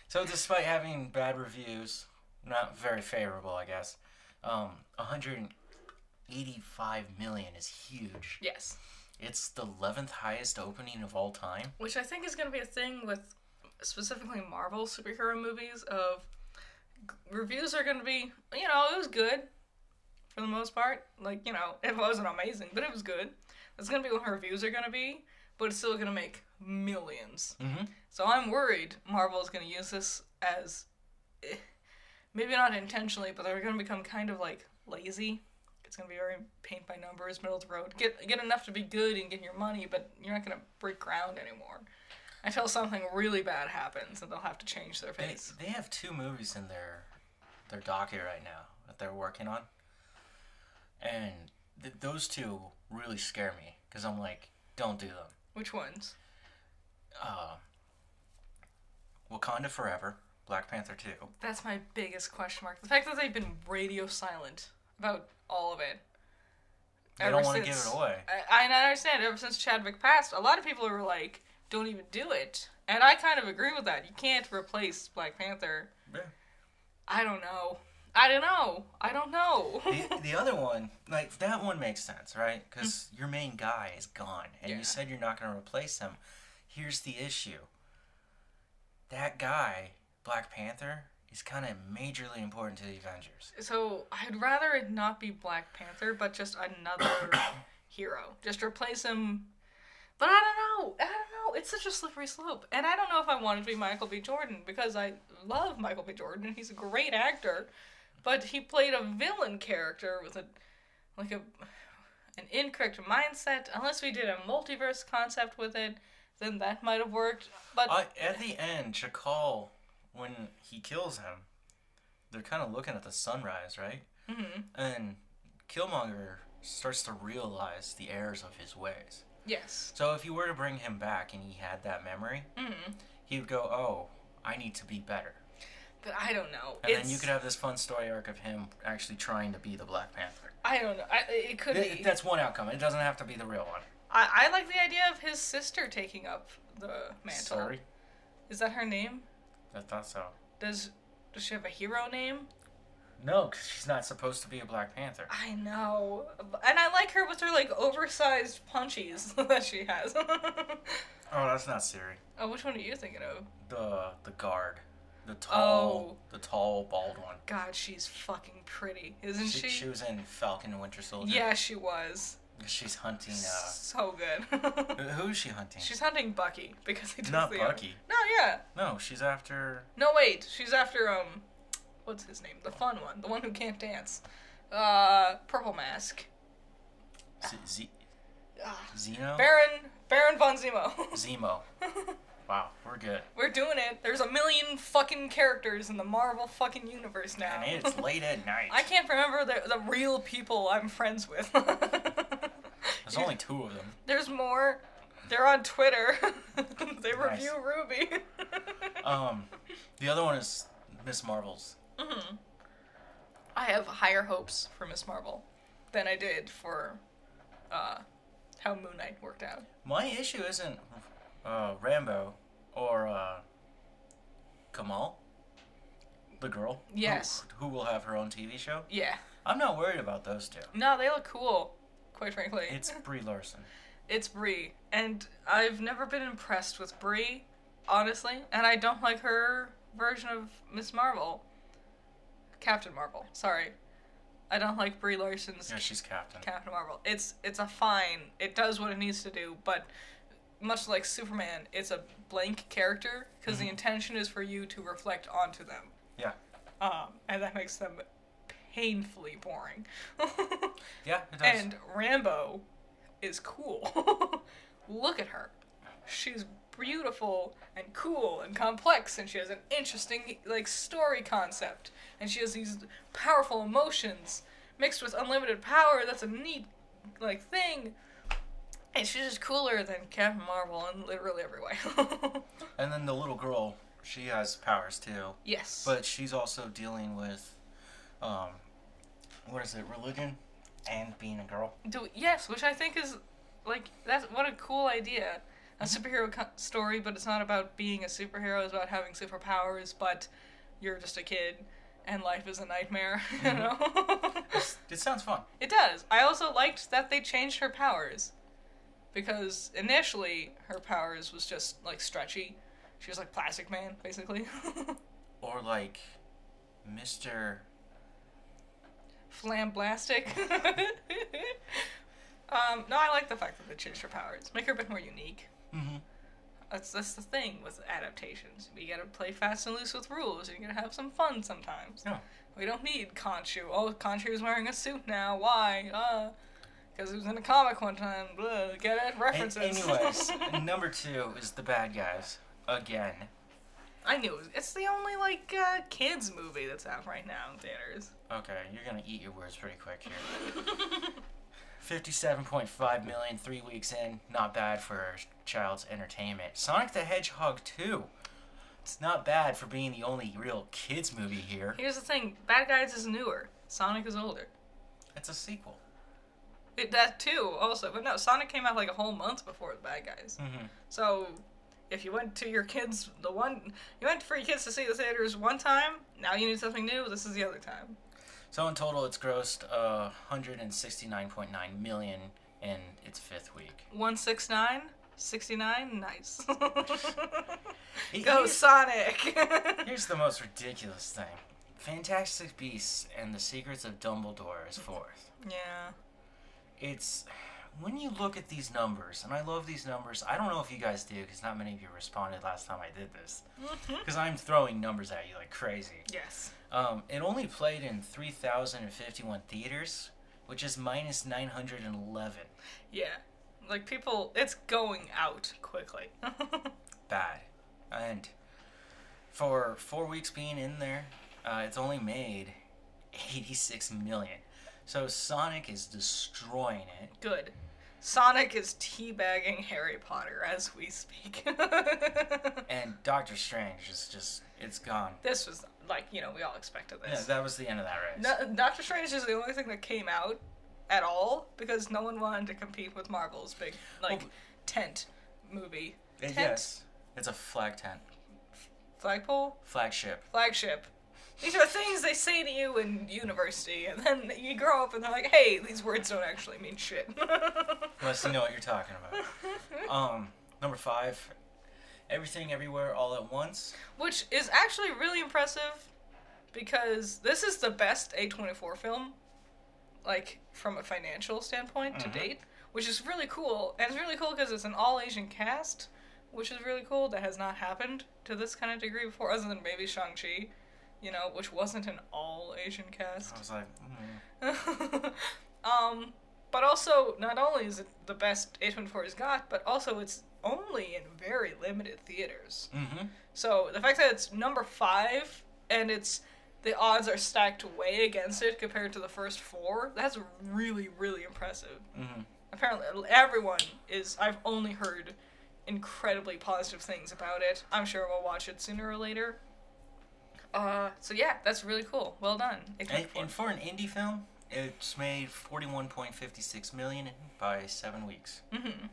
A: So despite having bad reviews, not very favorable, I guess. Um, 185 million is huge.
B: yes.
A: It's the 11th highest opening of all time.
B: Which I think is gonna be a thing with specifically Marvel superhero movies of g- reviews are gonna be, you know, it was good for the most part. Like, you know, it wasn't amazing, but it was good. That's gonna be what her reviews are gonna be, but it's still gonna make millions.
A: Mm-hmm.
B: So I'm worried Marvel's gonna use this as eh, maybe not intentionally, but they're gonna become kind of like lazy. It's gonna be very paint by numbers, middle of the road. Get get enough to be good and get your money, but you're not gonna break ground anymore. Until something really bad happens and they'll have to change their
A: They,
B: face.
A: they have two movies in their their docket right now that they're working on, and th- those two really scare me because I'm like, don't do them.
B: Which ones?
A: Uh, Wakanda Forever, Black Panther Two.
B: That's my biggest question mark. The fact that they've been radio silent about all of it.
A: They
B: Ever
A: don't want to give
B: since-
A: it away.
B: I, I understand. Ever since Chadwick passed, a lot of people were like, "Don't even do it," and I kind of agree with that. You can't replace Black Panther.
A: Yeah.
B: I don't know. I don't know. I don't know.
A: the, the other one, like that one makes sense, right? Because your main guy is gone, and
B: Yeah.
A: you said you're not going to replace him. Here's the issue. That guy, Black Panther, is kind of majorly important to the Avengers.
B: so I'd rather it not be Black Panther, but just another hero. Just replace him. But I don't know. I don't know. It's such a slippery slope, and I don't know if I want it to be Michael B. Jordan because I love Michael B. Jordan. and He's a great actor, but he played a villain character with a like a an incorrect mindset. Unless we did a multiverse concept with it, then that might have worked. But
A: Uh, at the end, Chakal, when he kills him, they're kind of looking at the sunrise, right?
B: Mhm.
A: And Killmonger starts to realize the errors of his ways.
B: yes,
A: So if you were to bring him back and he had that memory,
B: Mhm.
A: he would go, "Oh, I need to be better."
B: but I don't know.
A: And
B: It's-
A: then you could have this fun story arc of him actually trying to be the Black Panther.
B: I don't know. I, it could
A: Th-
B: be.
A: That's one outcome. It doesn't have to be the real one.
B: I, I like the idea of his sister taking up the mantle.
A: Sorry,
B: Is that her name?
A: I thought so.
B: Does does she have a hero name?
A: No, because she's not supposed to be a Black Panther.
B: I know. And I like her with her like oversized punchies that she has.
A: Oh, that's not Siri.
B: oh, which one are you thinking of?
A: The the guard, the tall,
B: Oh.
A: the tall bald one.
B: God, she's fucking pretty, isn't
A: She,
B: she?
A: she was in Falcon and Winter Soldier.
B: yeah, she was.
A: She's hunting. Uh,
B: So good.
A: who- who is she hunting?
B: she's hunting Bucky because he does
A: not
B: the
A: Bucky.
B: No, yeah.
A: No, she's after.
B: No, wait. She's after um, what's his name? The fun one, the one who can't dance. Uh, Purple Mask.
A: Z- Z-
B: Ah,
A: Zeno?
B: Baron Baron von Zemo.
A: Zemo. Wow, we're good.
B: We're doing it. There's a million fucking characters in the Marvel fucking universe now.
A: And it's late at night.
B: I can't remember the, the real people I'm friends with.
A: There's only two of them.
B: There's more. They're on Twitter. they
A: Nice.
B: review Ruby.
A: Um, the other one is Miss Marvel's.
B: Mhm. I have higher hopes for Miss Marvel than I did for uh, how Moon Knight worked out.
A: My issue isn't uh, Rambo or uh, Kamal, the girl. who-
B: Yes.
A: Who, will have her own TV show.
B: Yeah.
A: I'm not worried about those two.
B: No, they look cool. Quite frankly,
A: It's Brie Larson.
B: it's Brie, and I've never been impressed with Brie, honestly. And I don't like her version of Miss Marvel, Captain Marvel. Sorry, I don't like Brie Larson's
A: Yeah, she's captain.
B: Captain Marvel. It's it's a fine. It does what it needs to do, but much like Superman, it's a blank character because the intention is for you to reflect onto them,
A: yeah.
B: um, and that makes them painfully boring.
A: Yeah, it does.
B: and Rambo is cool. Look at her. She's beautiful and cool and complex, and she has an interesting like story concept, and she has these powerful emotions mixed with unlimited power. That's a neat like thing. And she's just cooler than Captain Marvel in literally every way.
A: and then the little girl, she has powers too.
B: yes.
A: But she's also dealing with, um, what is it, religion and being a girl.
B: Do yes, which I think is like that's what a cool idea. A superhero co- story, but it's not about being a superhero. It's about having superpowers, but you're just a kid, and life is a nightmare. You know.
A: It sounds fun.
B: it does. I also liked that they changed her powers, because initially her powers was just like stretchy. She was like Plastic Man, basically.
A: Or like, Mr.
B: Flamblastic. um, no, I like the fact that they changed her powers. Make her a bit more unique.
A: Mhm.
B: That's that's the thing with adaptations. We gotta play fast and loose with rules, and you gotta have some fun sometimes.
A: Yeah.
B: We don't need Conchu. Oh, Conchu's wearing a suit now. Why? Uh, because he was in a comic one time. Blah, get it?
A: A-
B: References.
A: anyways, number two is the bad guys again.
B: I knew it was- it's the only like uh, kids movie that's out right now in theaters.
A: Okay, you're gonna eat your words pretty quick here. Fifty-seven point five million, three weeks in, not bad for child's entertainment. Sonic the Hedgehog two, it's not bad for being the only real kids movie here.
B: Here's the thing: Bad Guys is newer. Sonic is older.
A: It's a sequel.
B: It, that too, also. But no, Sonic came out like a whole month before the Bad Guys.
A: Mm-hmm.
B: So, if you went to your kids the one you went for your kids to see the theaters one time, now you need something new. This is the other time.
A: So in total, it's grossed uh, hundred and sixty-nine point nine million in its fifth week.
B: One six nine. 69 nice
A: He-
B: go
A: he's-
B: sonic
A: Here's the most ridiculous thing. Fantastic Beasts and the Secrets of Dumbledore is fourth.
B: yeah
A: It's when you look at these numbers, and I love these numbers. I don't know if you guys do, because not many of you responded last time I did this, because I'm throwing numbers at you like crazy.
B: yes
A: Um, it only played in 3,051 theaters, which is minus 911.
B: yeah like people it's going out quickly
A: Bad. And for four weeks being in there, uh, it's only made 86 million. So Sonic is destroying it.
B: good sonic is teabagging harry potter as we speak
A: And Doctor Strange is just, it's gone.
B: this was like you know we all expected this
A: Yeah, that was the end of that race.
B: No, Doctor Strange is the only thing that came out at all because no one wanted to compete with Marvel's big like
A: Well,
B: tent movie.
A: Uh,
B: Tent?
A: Yes. It's a flag tent.
B: Flagpole?
A: Flagship.
B: Flagship. These are things they say to you in university, and then you grow up and they're like, hey, these words don't actually mean shit.
A: Unless you know what you're talking about. Um, number five. Everything Everywhere All at Once.
B: Which is actually really impressive because this is the best A24 film, like from a financial standpoint
A: Mhm.
B: to date, which is really cool. And it's really cool because it's an all Asian cast, which is really cool. That has not happened to this kind of degree before, other than maybe Shang-Chi, you know, which wasn't an all Asian cast.
A: I was like, mm.
B: um, but also, not only is it the best A24 has got, but also it's only in very limited theaters.
A: mm-hmm.
B: So the fact that it's number five and it's the odds are stacked way against it compared to the first four, that's really, really impressive.
A: Mm-hmm.
B: Apparently, everyone is. I've only heard incredibly positive things about it. I'm sure we'll watch it sooner or later. Uh, so yeah, that's really cool. Well done.
A: And,
B: Except for-
A: and for an indie film, it's made 41.56 million by seven weeks,
B: Mhm.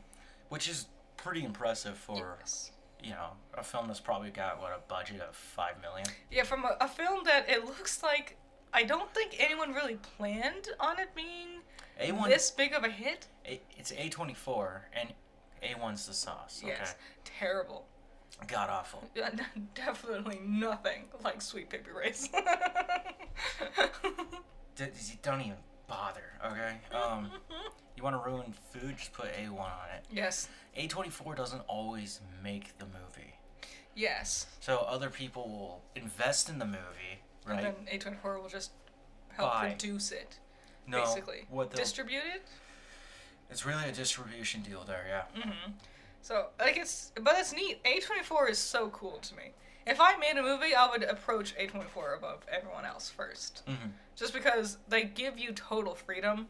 A: which is pretty impressive for
B: Yes.
A: you know a film that's probably got what a budget of five million.
B: Yeah, from a, a film that it looks like I don't think anyone really planned on it being
A: A one,
B: this big of a hit.
A: A- it's A twenty four, and A one's the sauce. Okay,
B: Yes, terrible.
A: god awful.
B: Definitely nothing like Sweet Baby Ray's.
A: D- d- don't even bother. Okay, um, you want to ruin food? Just put A one on it.
B: yes,
A: A twenty four doesn't always make the movie,
B: yes.
A: so other people will invest in the movie, right?
B: And then A24 will just help
A: Buy.
B: produce it,
A: no,
B: basically.
A: what they'll
B: Distribute it.
A: It's really a distribution deal there, yeah.
B: hmm So like it's, but it's neat. A twenty four is so cool to me. If I made a movie, I would approach A twenty four above everyone else first,
A: Mm-hmm.
B: just because they give you total freedom,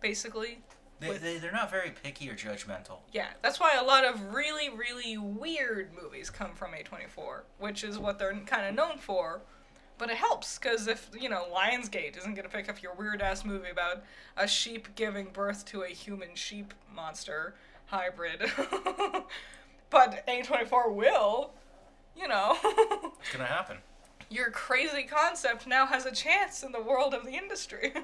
B: basically.
A: They,
B: With-
A: they, they're not very picky or judgmental.
B: Yeah, that's why a lot of really really weird movies come from A twenty four, which is what they're kind of known for. But it helps because if you know Lionsgate isn't gonna pick up your weird ass movie about a sheep giving birth to a human sheep monster hybrid, but A24 will, you know,
A: It's gonna happen.
B: your crazy concept now has a chance in the world of the industry.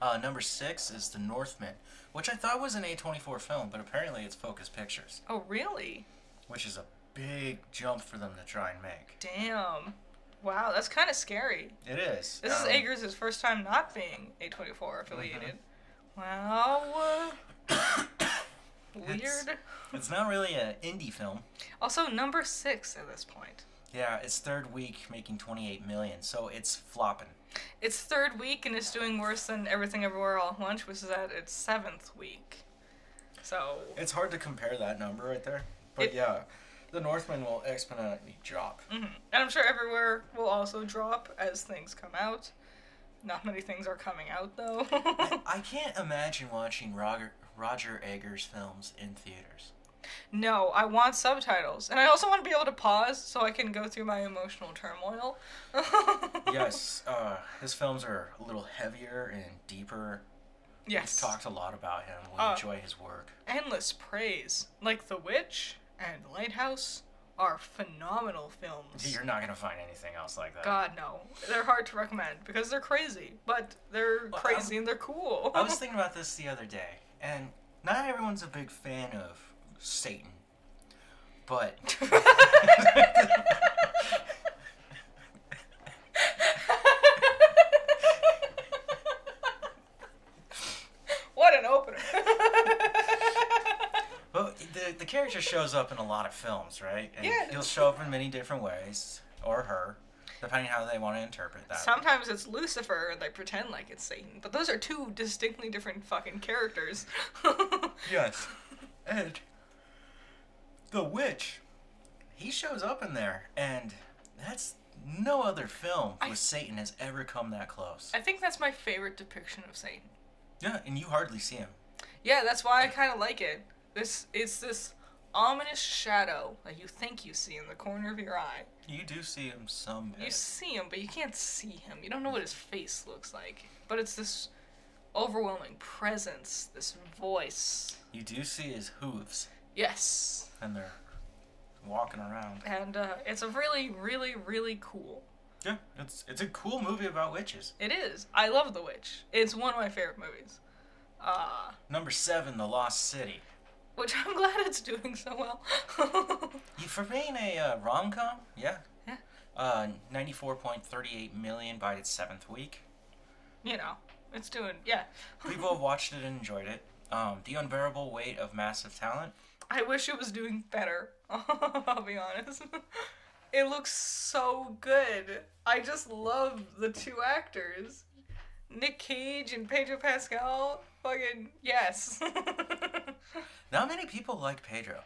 A: Uh, number six is The Northman, which I thought was an A24 film, but apparently it's Focus Pictures,
B: oh really?
A: which is a big jump for them to try and make.
B: Damn. Wow, that's kind of scary.
A: It is.
B: This is
A: Um,
B: Agers' first time not being A24 affiliated.
A: Mm-hmm.
B: Wow. uh, Weird.
A: It's- It's not really an indie film.
B: Also, number six at this point.
A: Yeah, it's third week making 28 million, so it's flopping.
B: It's third week and it's doing worse than Everything Everywhere All at Once, which is at its seventh week. So,
A: It's hard to compare that number right there, but
B: It-
A: yeah, The Northman will exponentially drop.
B: mhm. and I'm sure Everywhere will also drop as things come out. Not many things are coming out though.
A: I, I can't imagine watching Roger, Roger Eggers films in theaters.
B: no, I want subtitles, and I also want to be able to pause so I can go through my emotional turmoil.
A: yes, uh, his films are a little heavier and deeper.
B: Yes.
A: We've talked a lot about him. We
B: Uh,
A: enjoy his work.
B: Endless Praise, like The Witch and Lighthouse, are phenomenal films.
A: You're not gonna find anything else like that.
B: God, no. They're hard to recommend because they're crazy, but they're
A: Well,
B: crazy and they're cool.
A: I was thinking about this the other day, and not everyone's a big fan of Satan, but
B: what an opener.
A: but the the character shows up in a lot of films, right? And
B: Yeah.
A: he'll show up in many different ways, or her, depending how they want to interpret that.
B: Sometimes it's Lucifer and they pretend like it's Satan, but those are two distinctly different fucking characters.
A: Yes. And the witch, he shows up in there, and that's no other film
B: I-
A: with Satan has ever come that close.
B: I think that's my favorite depiction of Satan.
A: yeah, and you hardly see him.
B: Yeah, that's why I kind of like it. This it's this ominous shadow that you think you see in the corner of your eye.
A: You do see him some.
B: You see him, but you can't see him. You don't know what his face looks like. But it's this overwhelming presence, this voice.
A: You do see his hooves,
B: Yes.
A: and they're walking around.
B: And uh, it's a really, really, really cool.
A: Yeah, it's it's a cool movie about witches.
B: It is. I love The Witch. It's one of my favorite movies. Uh,
A: Number seven, The Lost City.
B: which I'm glad it's doing so well.
A: You- For being a uh, rom com, yeah.
B: Yeah.
A: Uh, ninety-four point thirty-eight million by its seventh week.
B: you know, it's doing, yeah.
A: People have watched it and enjoyed it. Um, the unbearable weight of massive talent.
B: I wish it was doing better. I'll be honest. It looks so good. I just love the two actors. Nick Cage and Pedro Pascal. Fucking yes.
A: Not many people like Pedro.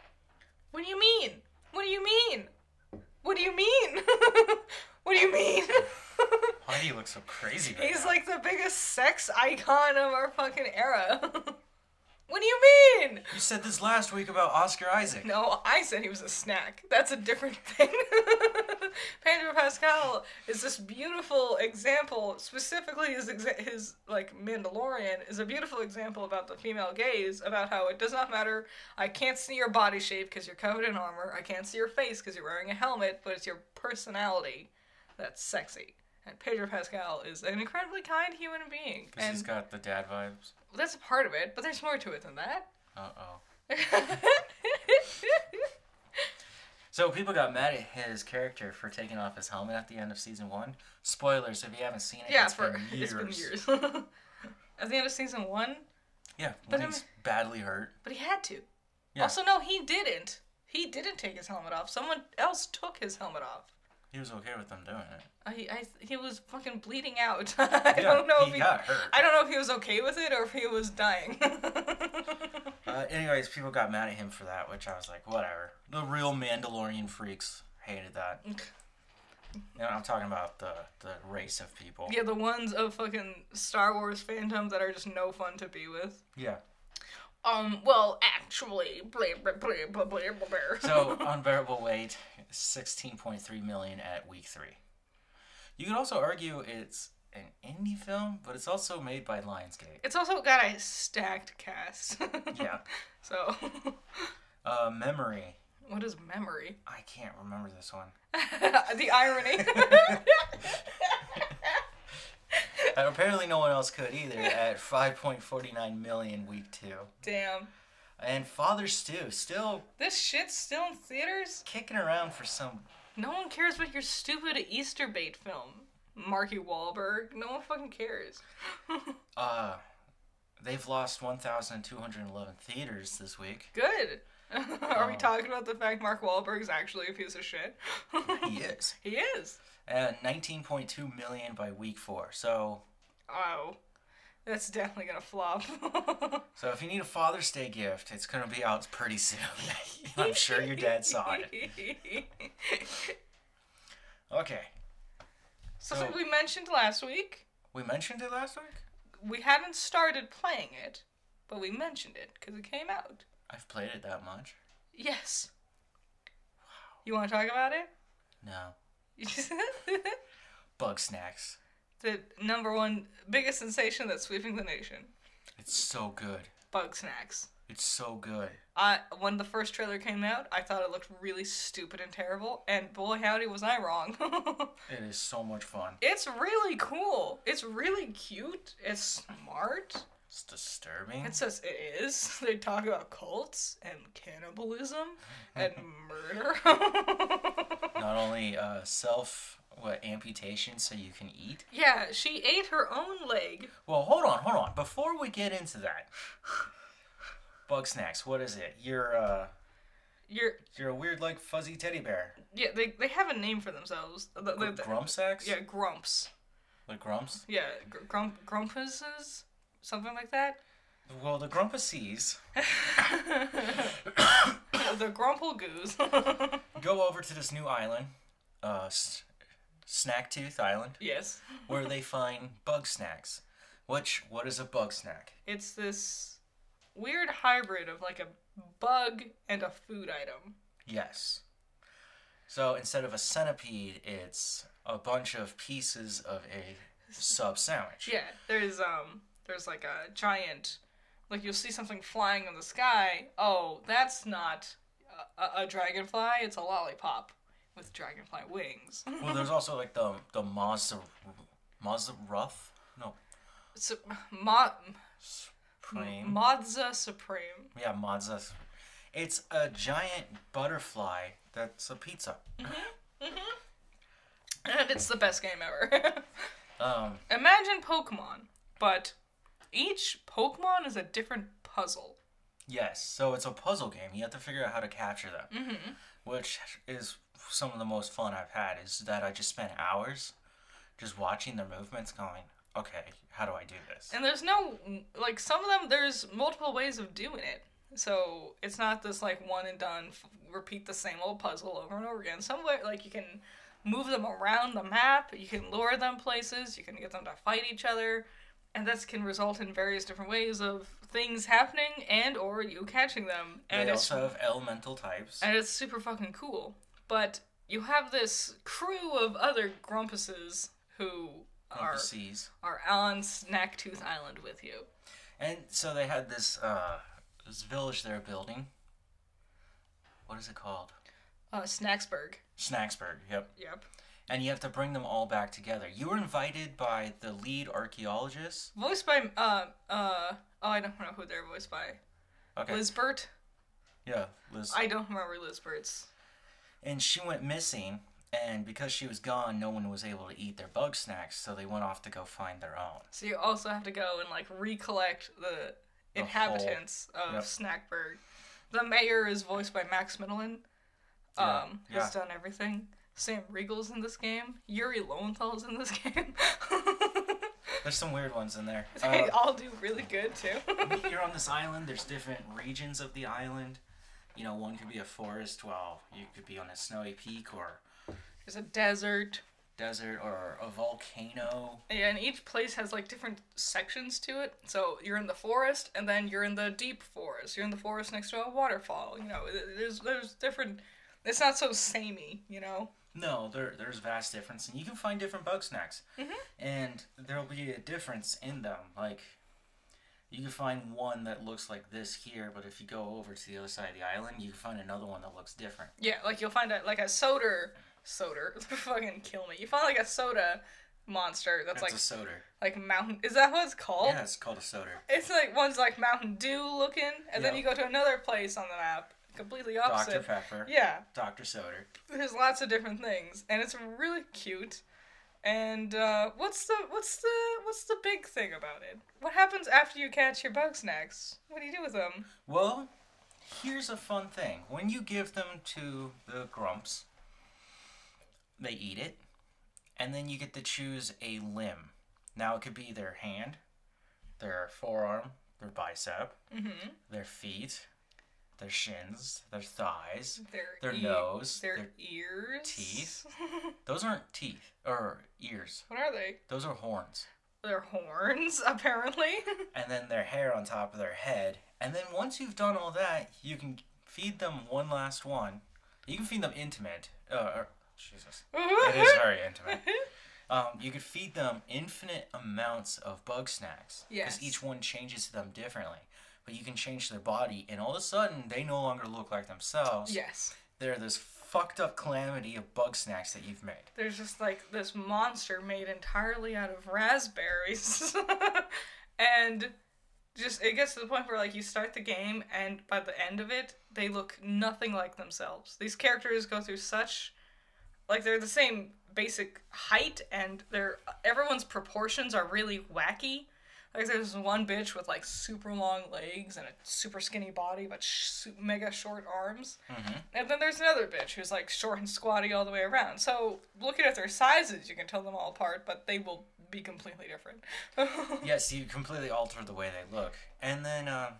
B: what do you mean? What do you mean? What do you mean? what do you mean?
A: Why do you look so crazy? right
B: He's
A: now?
B: like the biggest sex icon of our fucking era. what do you mean?
A: you said this last week about Oscar Isaac.
B: No, I said he was a snack. That's a different thing. Pedro Pascal is this beautiful example, specifically his exa- his like Mandalorian is a beautiful example about the female gaze, about how it does not matter. I can't see your body shape because you're covered in armor. I can't see your face because you're wearing a helmet, but it's your personality that's sexy. And Pedro Pascal is an incredibly kind human being,
A: Because
B: and
A: he's got the dad vibes.
B: that's a part of it. But there's more to it than that.
A: Uh oh. So people got mad at his character for taking off his helmet at the end of season one. Spoilers if you haven't seen it.
B: yeah,
A: it's
B: for
A: been years.
B: it's been years. At the end of season one,
A: Yeah, when
B: But I
A: he's badly hurt.
B: but he had to.
A: Yeah.
B: Also, no, he didn't. He didn't take his helmet off. Someone else took his helmet off.
A: He was okay with them doing it.
B: I, I he was fucking bleeding out. I
A: Yeah,
B: don't know
A: he
B: if he
A: got hurt.
B: I don't know if he was okay with it or if he was dying.
A: Uh, anyways, people got mad at him for that, which I was like, whatever. The real Mandalorian freaks hated that. And I'm talking about the, the race of people.
B: yeah, the ones of fucking Star Wars fandom that are just no fun to be with.
A: Yeah.
B: Um, well, actually, blah blah blah blah blah blah. blah.
A: So unbearable weight, sixteen point three million at week three. You could also argue it's an indie film, but it's also made by Lionsgate.
B: it's also got a stacked cast.
A: Yeah.
B: So,
A: Uh, memory.
B: what is memory?
A: I can't remember this one.
B: the irony.
A: And apparently, no one else could either. At five point forty nine million week two,
B: Damn.
A: and Father Stew still
B: This shit's still in theaters?
A: kicking around for some.
B: No one cares about your stupid Easter bait film. Marky Wahlberg. No one fucking cares.
A: Uh, they've lost one thousand two hundred eleven theaters this week.
B: Good. Are we
A: Oh.
B: talking about the fact Mark Wahlberg's actually a piece of shit?
A: He is
B: he is.
A: at nineteen point two million by week four. So
B: Oh. That's definitely gonna flop.
A: So if you need a Father's Day gift, it's gonna be out pretty soon. I'm sure your dad saw it. Okay,
B: Something
A: So-
B: we mentioned last week.
A: we mentioned it last week.
B: We hadn't started playing it, but we mentioned it because it came out.
A: I've played it that much.
B: Yes. You want to talk about
A: No,
B: it?
A: Bug Snacks.
B: the number one biggest sensation that's sweeping the nation:
A: It's so good.
B: bug snacks.
A: It's so good.
B: I when the first trailer came out, I thought it looked really stupid and terrible, and boy howdy was I wrong.
A: It is so much fun.
B: it's really cool. It's really cute. It's smart.
A: It's disturbing.
B: It says it is. They talk about cults and cannibalism and murder.
A: Not only uh, self what amputation so you can eat.
B: yeah, she ate her own leg.
A: Well, hold on, hold on. Before we get into that, Bug Snacks. What is it? You're uh,
B: You're
A: you're a weird like fuzzy teddy bear.
B: yeah. They they have a name for themselves. The- the- the-
A: Grump sacks.
B: yeah, grumps.
A: Like grumps.
B: Yeah, gr- grump grumpuses, something like that.
A: Well, the Grumpuses
B: the grumple goose.
A: go over to this new island, uh, S- Snacktooth Island,
B: yes,
A: where they find bug snacks. Which, what is a bug snack?
B: it's this weird hybrid of like a bug and a food item.
A: Yes. So instead of a centipede, it's a bunch of pieces of a sub sandwich.
B: Yeah, there's um, there's like a giant, like you'll see something flying in the sky. Oh, that's not a, a, a dragonfly. It's a lollipop with dragonfly wings.
A: Well, there's also like the the Mazda, Mazda Ruff? No,
B: so, Ma-
A: Supreme.
B: Mazza Supreme.
A: yeah, Mazda. It's a giant butterfly that's a pizza.
B: And it's the best game ever.
A: Um,
B: Imagine Pokemon, but each Pokemon is a different puzzle.
A: Yes, so it's a puzzle game. You have to figure out how to capture them,
B: Mm-hmm.
A: which is some of the most fun I've had. Is that I just spent hours just watching their movements, going, okay, how do I do this?
B: And there's no, like, some of them, there's multiple ways of doing it. So it's not this, like, one and done, f- repeat the same old puzzle over and over again. Somewhere, like, you can move them around the map, you can lure them places, you can get them to fight each other. And this can result in various different ways of things happening and or you catching them. And
A: they
B: it's
A: also have elemental types.
B: and it's super fucking cool. But you have this crew of other grumpuses who are
A: Overseas.
B: are on Snacktooth Island with you.
A: And so they had this uh, this village they're building. What is it called?
B: Uh, Snacksburg.
A: Snacksburg. Yep.
B: Yep.
A: And you have to bring them all back together. You were invited by the lead archaeologist.
B: Voiced by uh uh oh I don't know who they're voiced by.
A: Okay.
B: Lizbert.
A: Yeah, Liz.
B: I don't remember Lizbert's.
A: and she went missing, and because she was gone, no one was able to eat their bug snacks, so they went off to go find their own.
B: So you also have to go and like recollect the,
A: The
B: inhabitants of
A: yep.
B: Snackburg. The mayor is voiced by Max Middleton.
A: Yeah,
B: Um, who's
A: yeah.
B: done everything. Sam Riegel's in this game. Yuri Lowenthal's in this game.
A: Uh, There's some weird ones in there.
B: they
A: Uh,
B: all do really good too.
A: you're on this island. There's different regions of the island. You know, one could be a forest, while you could be on a snowy peak or
B: There's a desert.
A: desert or a volcano.
B: Yeah, and each place has like different sections to it. So you're in the forest, and then you're in the deep forest. You're in the forest next to a waterfall. You know, th- there's there's different. It's not so samey, you know.
A: No, there, there's vast difference, and you can find different bug snacks,
B: Mm-hmm.
A: and there'll be a difference in them. Like, you can find one that looks like this here, but if you go over to the other side of the island, you can find another one that looks different.
B: Yeah, like you'll find a like a soda, soda. fucking kill me. You find like a soda monster that's
A: That's
B: like
A: a soda.
B: like mountain. Is that what it's called?
A: Yeah, it's called a soda.
B: It's like one's like Mountain Dew looking, and then
A: Yeah.
B: you go to another place on the map, completely opposite.
A: Dr. Pepper.
B: Yeah,
A: Dr. Soda.
B: there's lots of different things, and it's really cute. And uh, what's the what's the what's the big thing about it? What happens after you catch your bug snacks? What do you do with them?
A: Well, here's a fun thing. When you give them to the grumps, they eat it, and then you get to choose a limb. Now, it could be their hand, their forearm, their bicep,
B: Mm-hmm.
A: their feet, their shins, their thighs.
B: Their
A: Their nose,
B: their,
A: their
B: ears,
A: teeth. Those aren't teeth or ears,
B: what are they?
A: those are horns.
B: Their horns, apparently.
A: And then their hair on top of their head. And then once you've done all that, you can feed them one last one. You can feed them intimate. Uh, or, Jesus. it is very intimate. Um, you could feed them infinite amounts of bug snacks
B: Yes.
A: each one changes to them differently. But you can change their body, and all of a sudden, they no longer look like themselves.
B: yes.
A: They're this fucked up calamity of bug snacks that you've made.
B: There's just like this monster made entirely out of raspberries. and just it gets to the point where like you start the game and by the end of it, they look nothing like themselves. These characters go through such like they're the same basic height and they're everyone's proportions are really wacky. Like there's one bitch with like super long legs and a super skinny body but sh- su- mega short arms. And then there's another bitch who's like short and squatty all the way around. So looking at their sizes, you can tell them all apart, but they will be completely different.
A: Yes, you completely alter the way they look. And then, uh,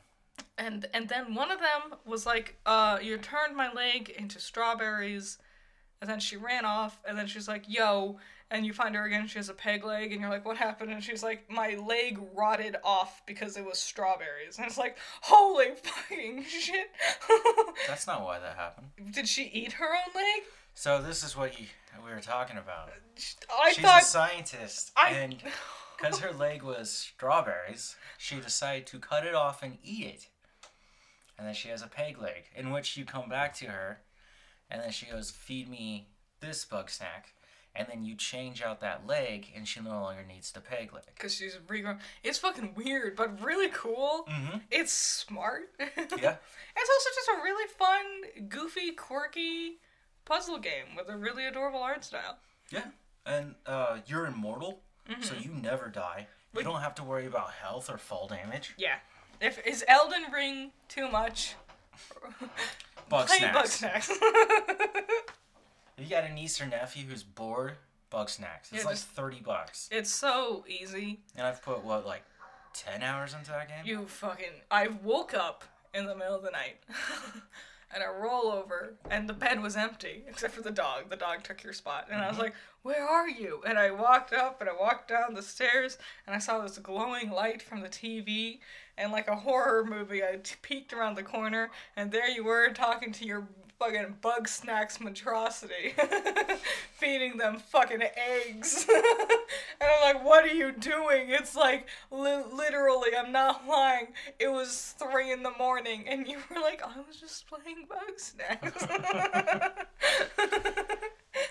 B: and and then one of them was like, "Uh, you turned my leg into strawberries," and then she ran off. And then she's like, "Yo," and you find her again. She has a peg leg, and you're like, "What happened?" And she's like, "My leg rotted off because it was strawberries." And it's like, "Holy fucking shit!"
A: that's not why that happened.
B: Did she eat her own leg?
A: So, this is what you, we were talking about.
B: I
A: She's
B: thought
A: a scientist,
B: I-
A: and because her leg was strawberries, she decided to cut it off and eat it. And then she has a peg leg, in which you come back to her, and then she goes, "Feed me this bug snack," and then you change out that leg, and she no longer needs the peg leg.
B: because she's regrown. It's fucking weird, but really cool.
A: Mm-hmm.
B: It's smart.
A: Yeah,
B: It's also just a really fun, goofy, quirky puzzle game with a really adorable art style.
A: yeah. And uh, you're immortal, so you never die. You don't have to worry about health or fall damage.
B: Yeah. If is Elden Ring too much?
A: Bug
B: Play
A: snacks.
B: Bug Snacks.
A: If you got a niece or nephew who's bored, bug snacks. It's
B: Yeah,
A: like
B: just-
A: thirty bucks.
B: it's so easy.
A: And I've put what like ten hours into that game.
B: You fucking. I woke up in the middle of the night. And I roll over, and the bed was empty except for the dog. The dog took your spot, and I was like, "Where are you?" And I walked up, and I walked down the stairs, and I saw this glowing light from the TV, and like a horror movie, I t- peeked around the corner, and there you were talking to your fucking bug snacks monstrosity feeding them fucking eggs. and I'm like, what are you doing? It's like, li- literally, I'm not lying. It was three in the morning, and you were like, I was just playing bug snacks.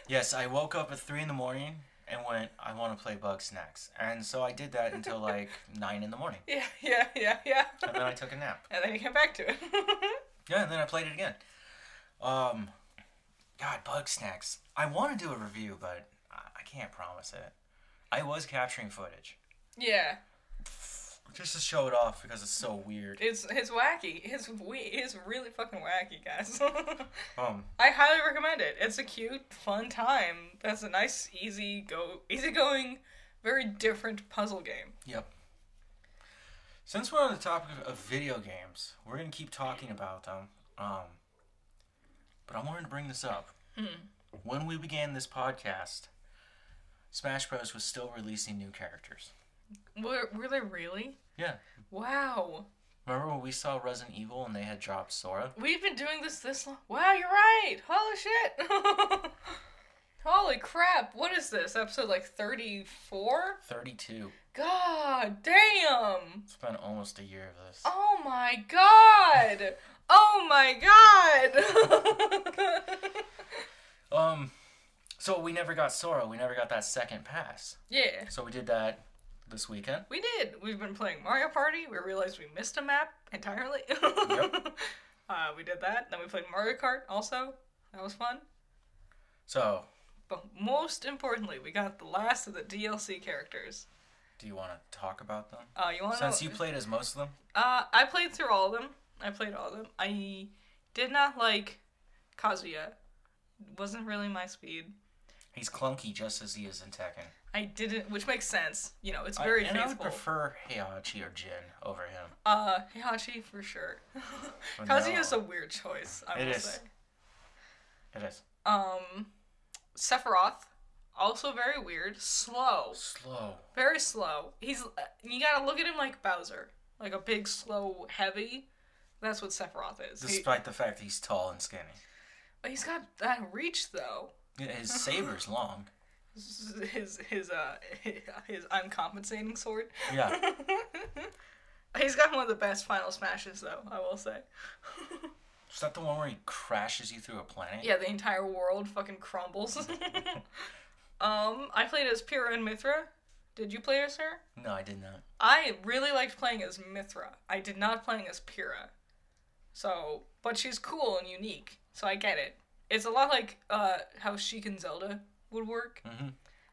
A: Yes, I woke up at three in the morning and went, I want to play Bug Snacks. And so I did that until like nine in the morning.
B: yeah, yeah, yeah, yeah.
A: And then I took a nap.
B: And then you came back to it.
A: Yeah, and then I played it again. Um, God, Bug Snacks. I want to do a review, but I I can't promise it. I was capturing footage
B: yeah.
A: just to show it off because it's so weird.
B: It's it's wacky. It's we it's really fucking wacky, guys.
A: Um,
B: I highly recommend it. It's a cute, fun time. That's a nice, easy go, easy going, very different puzzle game.
A: Yep. Since we're on the topic of- of video games, we're gonna keep talking about them. Um, but I wanted to bring this up. When we began this podcast, Smash Bros. was still releasing new characters.
B: Were were they really?
A: Yeah.
B: Wow.
A: Remember when we saw Resident Evil and they had dropped Sora?
B: We've been doing this this long. Wow, you're right. Holy shit. Holy crap. What is this? Episode like 34?
A: 32.
B: God damn.
A: It's been almost a year of this.
B: Oh my god. Oh my god.
A: Um, so we never got Sora. We never got that second pass.
B: yeah.
A: So we did that this weekend.
B: We did. We've been playing Mario Party. We realized we missed a map entirely. uh, we did that. Then we played Mario Kart also. That was fun.
A: So,
B: But most importantly, we got the last of the DLC characters.
A: do you want to talk about them?
B: Uh, you want to?
A: Since you played as most of them.
B: Uh, I played through all of them. I played all of them. I did not like Kazuya. Wasn't really my speed.
A: He's clunky just as he is in Tekken.
B: I didn't, which makes sense. You know, it's very
A: I, and I would
B: faithful.
A: prefer Heihachi or Jin over him.
B: uh, Heihachi for sure.
A: But
B: Kazuya is
A: no,
B: a weird choice. I
A: It
B: will
A: is.
B: say.
A: It is
B: Um, Sephiroth, also very weird, slow,
A: slow.
B: very slow. He's you gotta look at him like Bowser, like a big, slow, heavy. That's what Sephiroth is. He,
A: Despite the fact that he's tall and skinny.
B: he's got that reach though.
A: His saber's long.
B: His his uh his I'm compensating sword.
A: Yeah.
B: He's got one of the best final smashes though. I will say.
A: Is that the one where he crashes you through a planet?
B: Yeah, the entire world fucking crumbles. um, I played as Pyrrha and Mithra. Did you play as her?
A: No, I did not.
B: I really liked playing as Mithra. I did not playing as Pyrrha. So, but she's cool and unique, so I get it. It's a lot like uh, how Sheik and Zelda would work,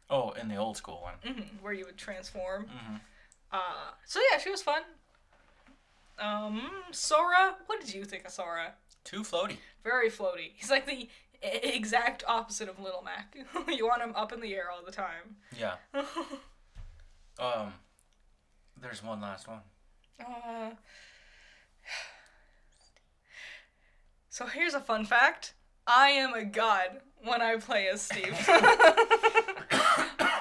A: Oh, in the old school one.
B: mhm, where you would transform. Uh, so yeah, she was fun. Um, Sora, what did you think of Sora?
A: Too floaty.
B: Very floaty. He's like the e- exact opposite of Little Mac. you want him up in the air all the time.
A: Yeah. Um, there's one last one.
B: Uh, so here's a fun fact I am a god when I play as Steve.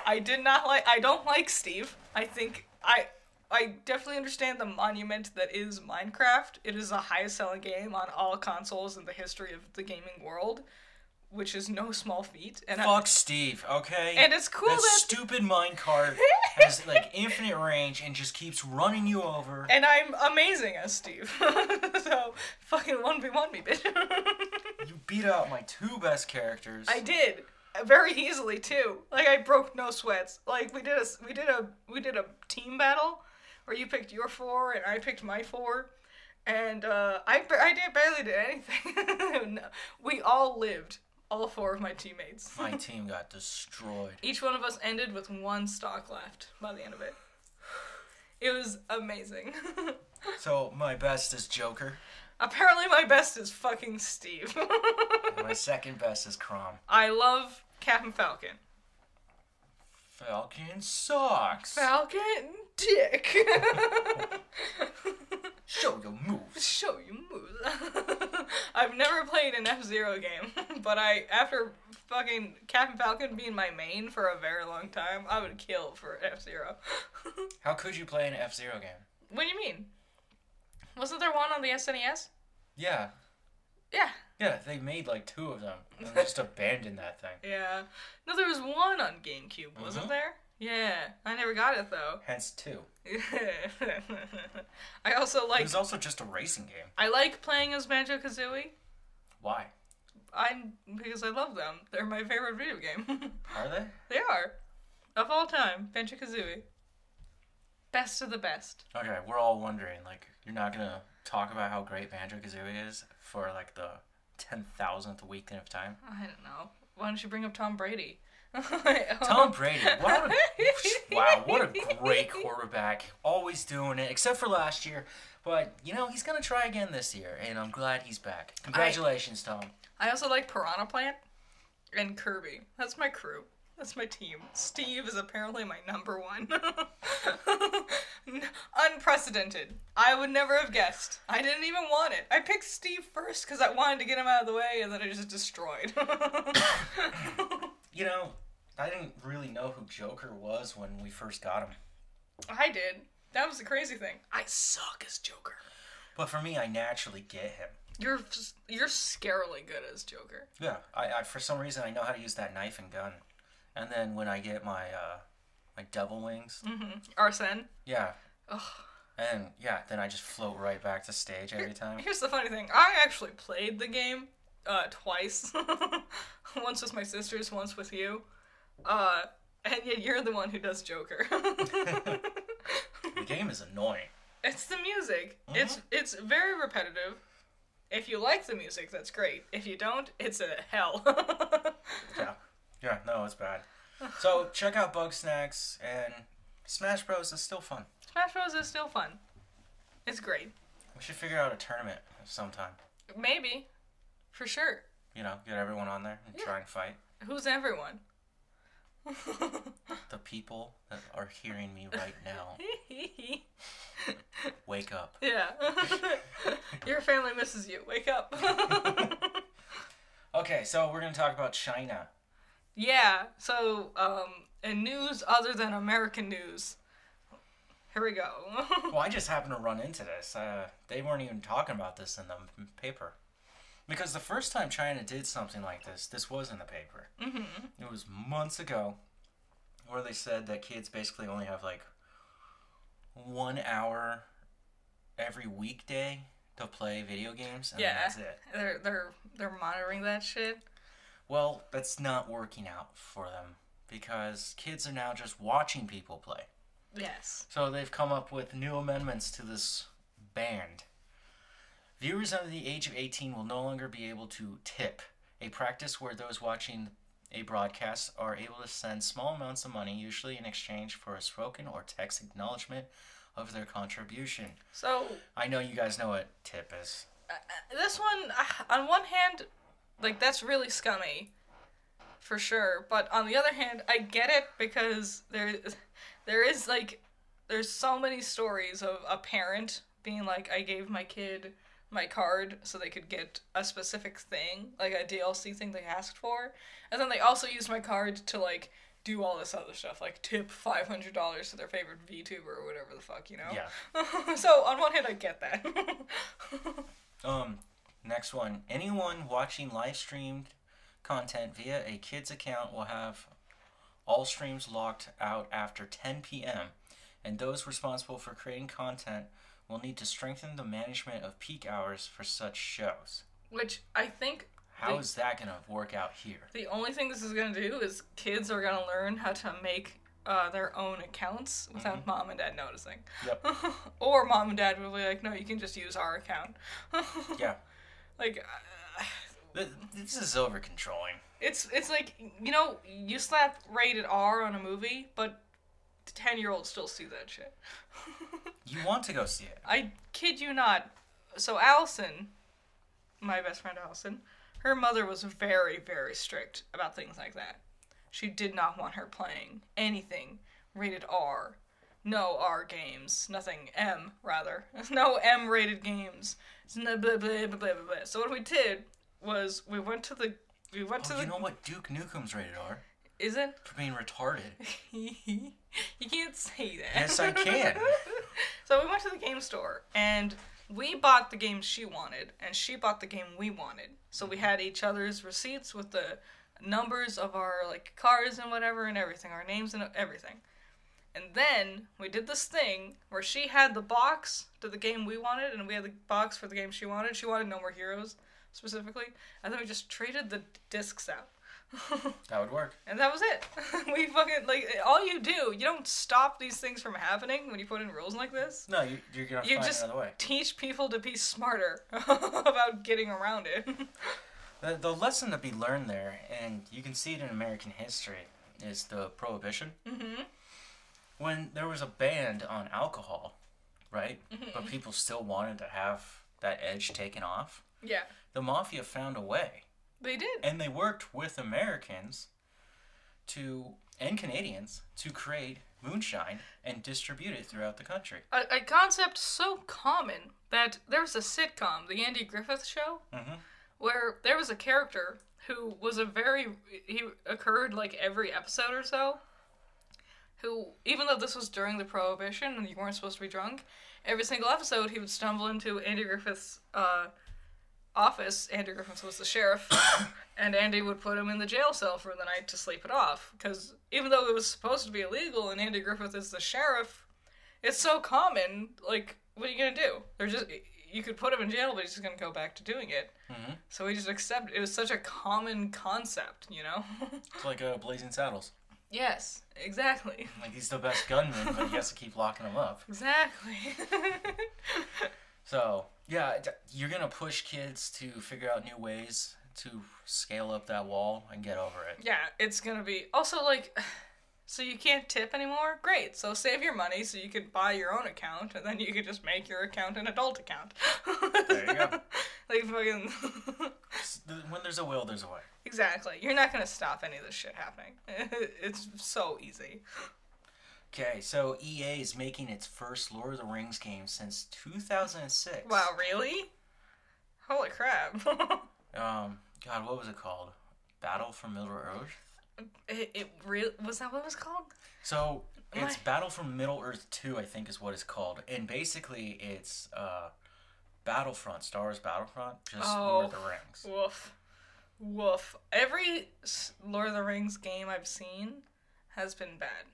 B: I did not like, I don't like Steve. I think I. I definitely understand the monument that is Minecraft. It is the highest selling game on all consoles in the history of the gaming world, which is no small feat. And I-
A: Fuck Steve, okay?
B: and it's cool
A: that
B: that
A: stupid minecart has like infinite range and just keeps running you over.
B: and I'm amazing as Steve. so fucking one v one me, bitch.
A: You beat out my two best characters.
B: I did uh, very easily too. Like I broke no sweats. Like we did a we did a we did a team battle where you picked your four and I picked my four, and uh, I ba- I did barely did anything. No. We all lived. All four of my teammates.
A: My team got destroyed.
B: Each one of us ended with one stock left by the end of it. It was amazing.
A: So my best is Joker.
B: Apparently, my best is fucking Steve.
A: and my second best is Crom.
B: I love Captain Falcon.
A: Falcon sucks.
B: Falcon dick.
A: Show your moves.
B: Show you moves. I've never played an F Zero game, but I after fucking Captain Falcon being my main for a very long time, I would kill for F Zero.
A: How could you play an F Zero game?
B: what do you mean? Wasn't there one on the SNES?
A: Yeah.
B: E Yeah,
A: Yeah, they made like two of them and they just abandoned that thing.
B: Yeah. No, there was one on GameCube, wasn't
A: Mhm.
B: there? Yeah. I never got it though.
A: Hence two.
B: I also
A: it
B: like
A: was also just a racing game.
B: I like playing as Banjo Kazooie.
A: Why?
B: I'm because I love them. They're my favorite video game.
A: Are they?
B: they are, of all time, Banjo Kazooie. Best of the best.
A: Okay, we're all wondering. Like, you're not gonna talk about how great Banjo Kazooie is for like the ten thousandth week of time.
B: I don't know. Why don't you bring up Tom Brady?
A: Tom Brady, what a, wow, what a great quarterback. Always doing it, except for last year. But you know he's gonna try again this year, and I'm glad he's back. Congratulations, Tom.
B: I also like Piranha Plant and Kirby. That's my crew. That's my team. Steve is apparently my number one. N- Unprecedented. I would never have guessed. I didn't even want it. I picked Steve first because I wanted to get him out of the way, and then I just destroyed.
A: You know, I didn't really know who Joker was when we first got him,
B: I did. That was the crazy thing. I suck as Joker.
A: but for me, I naturally get him.
B: You're f- you're scarily good as Joker.
A: Yeah, I, I for some reason I know how to use that knife and gun, and then when I get my uh, my devil wings,
B: Mm. Mm-hmm. Arsene.
A: yeah,
B: Ugh.
A: and yeah, then I just float right back to stage every time.
B: Here's the funny thing. I actually played the game uh, twice. once with my sisters, once with you. Uh, and yet you're the one who does Joker.
A: The game is annoying.
B: it's the music. It's it's very repetitive. If you like the music, that's great. If you don't, it's a hell.
A: Yeah, yeah, no, it's bad. So check out Bug Snacks and Smash Bros is still fun.
B: Smash Bros is still fun. It's great.
A: We should figure out a tournament sometime.
B: Maybe. For sure.
A: You know, get everyone on there and try and fight.
B: Who's everyone?
A: The people that are hearing me right now, wake up.
B: Yeah. Your family misses you. Wake up.
A: Okay, so we're gonna talk about China.
B: yeah. So, um, in news other than American news, here we go.
A: Well, I just happened to run into this. Uh, they weren't even talking about this in the m- paper. Because the first time China did something like this, this was in the paper. Mm-hmm. It was months ago, where they said that kids basically only have like one hour every weekday to play video games, and then
B: Yeah.
A: that's it.
B: they're they're they're monitoring that shit.
A: Well, that's not working out for them because kids are now just watching people play.
B: Yes.
A: So they've come up with new amendments to this ban. Viewers under the age of 18 will no longer be able to tip, a practice where those watching a broadcast are able to send small amounts of money, usually in exchange for a spoken or text acknowledgement of their contribution.
B: So
A: I know you guys know what tip is.
B: uh, uh, this one, uh, on one hand, like that's really scummy, for sure. But on the other hand, I get it because there, there is like, there's so many stories of a parent being like, I gave my kid my card so they could get a specific thing, like a DLC thing they asked for, and then they also used my card to like do all this other stuff, like tip five hundred dollars to their favorite VTuber or whatever the fuck, you know.
A: Yeah.
B: so on one hand, I get that.
A: Um, next one. Anyone watching live streamed content via a kid's account will have all streams locked out after 10 p.m. And those responsible for creating content will need to strengthen the management of peak hours for such shows.
B: Which I think
A: How
B: They-
A: is that going to work out here?
B: the only thing this is gonna do is kids are gonna learn how to make uh, their own accounts without mom and dad noticing.
A: Yep.
B: or mom and dad will be like, no, you can just use our account.
A: Yeah.
B: Like, uh,
A: Th- This is over controlling.
B: it's it's like you know you slap rated R on a movie, but ten year olds still see that shit.
A: You want to go see it.
B: I kid you not. So Allison, my best friend Allison, her mother was very, very strict about things like that. She did not want her playing anything rated R. No R games. Nothing M, rather. No M rated games. It's no blah, blah, blah, blah, blah, blah. So what we did was we went to the we went to
A: Oh,
B: the
A: you know what Duke Nukem's rated R?
B: is it?
A: For being retarded.
B: you can't say that.
A: Yes, I can.
B: So we went to the game store and we bought the game she wanted, and she bought the game we wanted. So we had each other's receipts with the numbers of our like cars and whatever and everything, our names and everything. And then we did this thing where she had the box to the game we wanted, and we had the box for the game she wanted. She wanted No More Heroes specifically, and then we just traded the discs out.
A: That would work.
B: And that was it. we fucking like all you do. You don't stop these things from happening when you put in rules like this.
A: No, you, you're gonna
B: You
A: find
B: just
A: another way.
B: teach people to be smarter about getting around it.
A: The, the lesson to be learned there, and you can see it in American history, is the prohibition.
B: hmm
A: When there was a ban on alcohol, right? But people still wanted to have that edge taken off.
B: Yeah,
A: The mafia found a way,
B: they did.
A: and they worked with Americans to and Canadians to create moonshine and distribute it throughout the country.
B: A, a concept so common that there was a sitcom, the Andy Griffith Show,
A: Mhm.
B: where there was a character who was a very he occurred like every episode or so. Who, even though this was during the prohibition and you weren't supposed to be drunk, every single episode he would stumble into Andy Griffith's uh, office. Andy Griffith was the sheriff, and Andy would put him in the jail cell for the night to sleep it off. Because even though it was supposed to be illegal, and Andy Griffith is the sheriff, it's so common. Like, what are you gonna do? They're just you could put him in jail, but he's just gonna go back to doing it.
A: Mhm.
B: So we just accept it was such a common concept, you know?
A: It's like uh, Blazing Saddles.
B: yes, exactly,
A: Like he's the best gunman, but he has to keep locking him up.
B: exactly.
A: So yeah, d- you're gonna push kids to figure out new ways to scale up that wall and get over it.
B: yeah, it's gonna be also like. So you can't tip anymore? Great. So save your money so you could buy your own account, and then you could just make your account an adult account.
A: There you go.
B: like fucking.
A: S- th- When there's a will, there's a way.
B: Exactly. You're not going to stop any of this shit happening. it's so easy.
A: Okay, so EA is making its first Lord of the Rings game since 2006.
B: Wow, really? Holy crap.
A: Um, God, what was it called? Battle for Middle Earth.
B: it, it really was that what it was called?
A: So it's
B: Why?
A: Battle for Middle Earth 2, I think, is what it's called, and basically it's uh, Battlefront, Star Wars Battlefront, just Lord of the
B: Oh.
A: Rings.
B: Woof. Woof. Every s- Lord of the Rings game I've seen has been bad.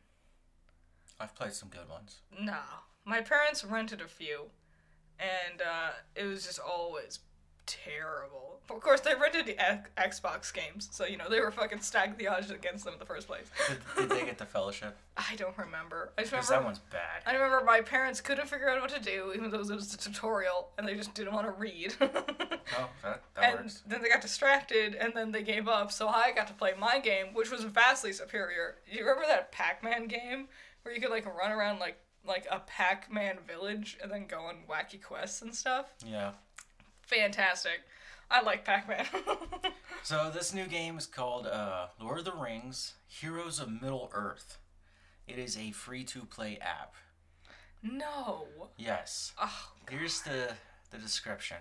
A: I've played some good ones.
B: No. My parents rented a few, and uh, it was just always terrible. Of course, they rented the X- Xbox games, so, you know, they were fucking stacked the odds against them in the first place.
A: Did, did they get the Fellowship?
B: I don't remember. I just
A: Because
B: remember
A: that one's bad.
B: I remember my parents couldn't figure out what to do, even though it was a tutorial, and they just didn't want to read.
A: Oh, that, that
B: and
A: works.
B: then they got distracted, and then they gave up, so I got to play my game, which was vastly superior. You remember that Pac Man game where you could, like, run around, like, like a Pac Man village and then go on wacky quests and stuff?
A: Yeah.
B: Fantastic. I like Pac Man.
A: So this new game is called uh, Lord of the Rings: Heroes of Middle Earth. It is a free-to-play app.
B: no.
A: Yes.
B: Oh,
A: Here's the the description.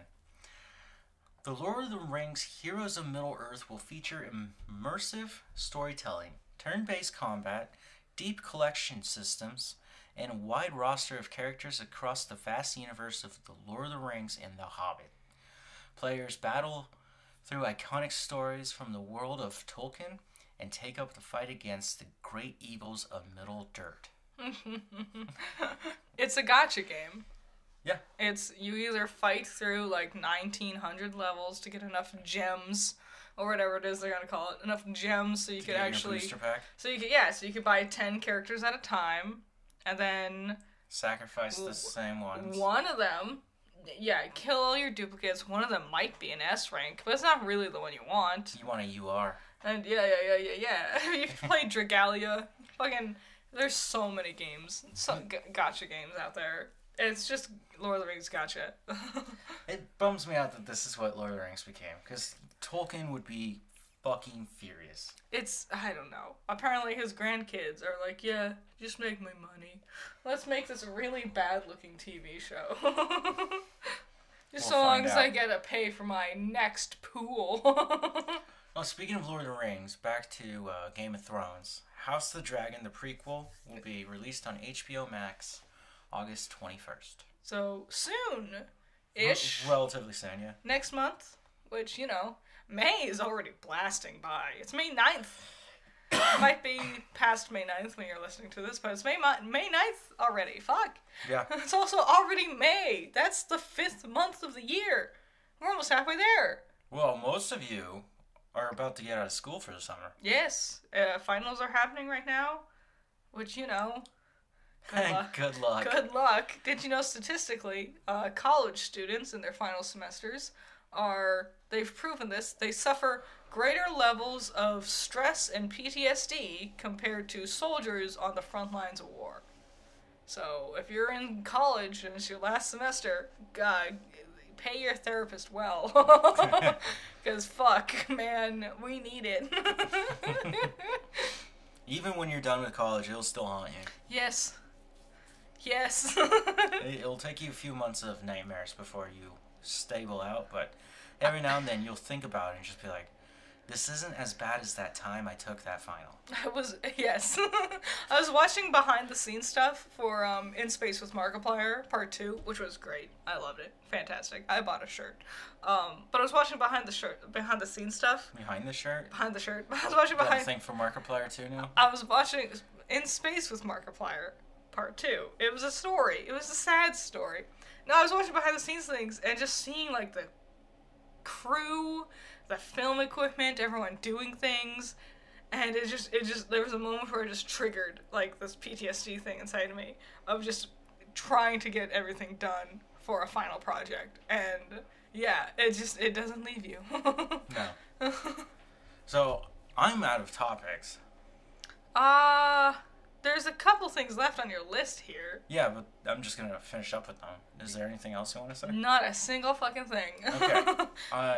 A: The Lord of the Rings Heroes of Middle Earth will feature immersive storytelling, turn-based combat, deep collection systems, and a wide roster of characters across the vast universe of The Lord of the Rings and The Hobbit. Players battle through iconic stories from the world of Tolkien and take up the fight against the great evils of Middle Dirt.
B: it's a gotcha game.
A: Yeah.
B: It's you either fight through like 1900 levels to get enough gems or whatever it is they're gonna call it, enough gems so you could
A: Get your
B: actually,
A: booster pack,
B: so you could yeah, so you could buy 10 characters at a time, and then
A: sacrifice the
B: W-
A: same ones.
B: one of them, yeah, kill all your duplicates. One of them might be an S rank, but it's not really the one you want.
A: You want a UR.
B: And yeah, yeah, yeah, yeah, yeah. you can play Dragalia. Fucking, there's so many games, so g- gotcha games out there. It's just Lord of the Rings gotcha.
A: It bums me out that this is what Lord of the Rings became, because Tolkien would be fucking furious.
B: It's I don't know. Apparently his grandkids are like, yeah, just make my money. Let's make this really bad looking TV show. just so
A: We'll
B: long
A: find
B: as I
A: out.
B: get a pay for my next pool.
A: Well, Oh, speaking of Lord of the Rings, back to uh, Game of Thrones. House of the Dragon, the prequel, will be released on HBO Max August 21st.
B: so soon. ish
A: Relatively soon, yeah.
B: next month, which, you know, May is already blasting by. It's May 9th. it might be past May 9th when you're listening to this, but it's May, mo- May 9th already. Fuck.
A: Yeah.
B: It's also already May. That's the fifth month of the year. We're almost halfway there.
A: Well, most of you are about to get out of school for the summer.
B: Yes, uh, finals are happening right now, which, you know, good luck.
A: Good luck.
B: Good luck. Did you know statistically, uh, college students in their final semesters are, they've proven this, they suffer greater levels of stress and PTSD compared to soldiers on the front lines of war. So if you're in college and it's your last semester, God, pay your therapist well. Because fuck, man, we need it.
A: Even when you're done with college, it'll still haunt you.
B: yes. Yes.
A: It- It'll take you a few months of nightmares before you stable out, but every now and then you'll think about it and just be like, this isn't as bad as that time I took that final.
B: I was yes. I was watching behind the scenes stuff for um In Space with Markiplier Part Two, which was great. I loved it. Fantastic. I bought a shirt. Um, but I was watching behind the shirt, behind the scenes stuff,
A: Behind the shirt?
B: behind the shirt. I was watching
A: Got a
B: behind.
A: thing for Markiplier too now?
B: I was watching In Space with Markiplier Part 2. It was a story. It was a sad story. No, I was watching behind the scenes things and just seeing like the crew, the film equipment, everyone doing things. And it just, it just, there was a moment where it just triggered like this PTSD thing inside of me of just trying to get everything done for a final project. And yeah, it just, it doesn't leave you.
A: No. So, I'm out of topics.
B: Uh, there's a couple things left on your list here.
A: Yeah, but I'm just gonna finish up with them. Is there anything else you want to say?
B: Not a single fucking thing.
A: Okay. Uh,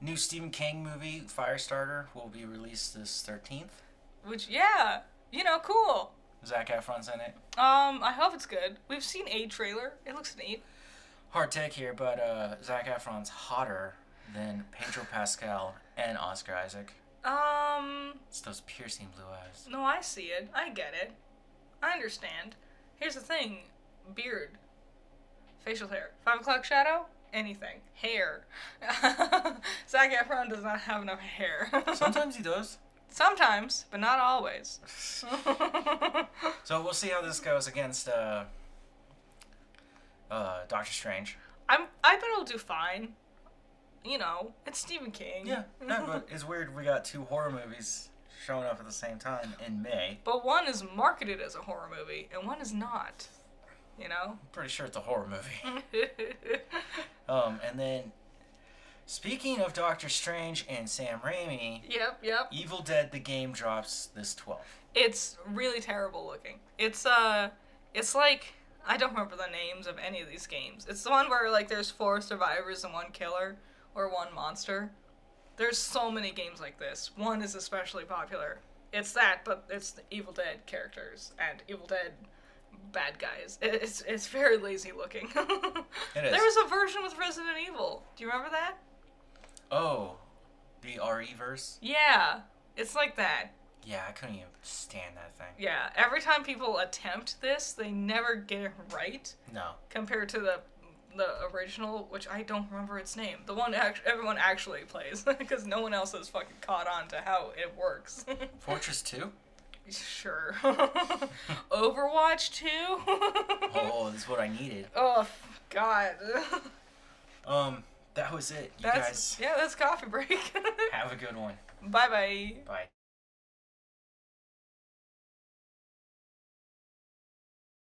A: new Stephen King movie, Firestarter, will be released this 13th.
B: Which, yeah, you know, cool.
A: Zach Efron's in it.
B: Um, I hope it's good. We've seen a trailer. It looks neat.
A: Hard take here, but uh, Zach Efron's hotter than Pedro Pascal and Oscar Isaac.
B: Um,
A: It's those piercing blue eyes.
B: no, I see it. I get it. I understand. Here's the thing: beard, facial hair, five o'clock shadow, anything, hair. Zac Efron does not have enough hair.
A: Sometimes he does.
B: Sometimes, but not always.
A: So we'll see how this goes against uh, uh, Doctor Strange.
B: I'm. I bet it'll do fine. You know, it's Stephen King.
A: Yeah, no, but it's weird we got two horror movies showing up at the same time in May.
B: But one is marketed as a horror movie, and one is not. You know.
A: I'm pretty sure it's a horror movie. Um, and then, speaking of Doctor Strange and Sam Raimi,
B: yep. Yep.
A: Evil Dead the game drops this 12th.
B: It's really terrible looking. It's uh, it's like I don't remember the names of any of these games. It's the one where like there's four survivors and one killer or one monster. There's so many games like this. One is especially popular. It's that, but it's the Evil Dead characters and Evil Dead bad guys. It- It's it's very lazy looking.
A: It is.
B: There was a version with Resident Evil. Do you remember that?
A: Oh, the RE verse?
B: Yeah, it's like that.
A: Yeah, I couldn't even stand that thing.
B: Yeah, every time people attempt this, they never get it right
A: No.
B: compared to the the original, which I don't remember its name. The one act- everyone actually plays because no one else has fucking caught on to how it works.
A: Fortress 2?
B: sure. Overwatch 2? oh,
A: Oh, that's what I needed.
B: f- god.
A: Um, that was it. You
B: That's
A: guys
B: yeah, that's coffee break.
A: have a good one.
B: Bye-bye.
A: Bye.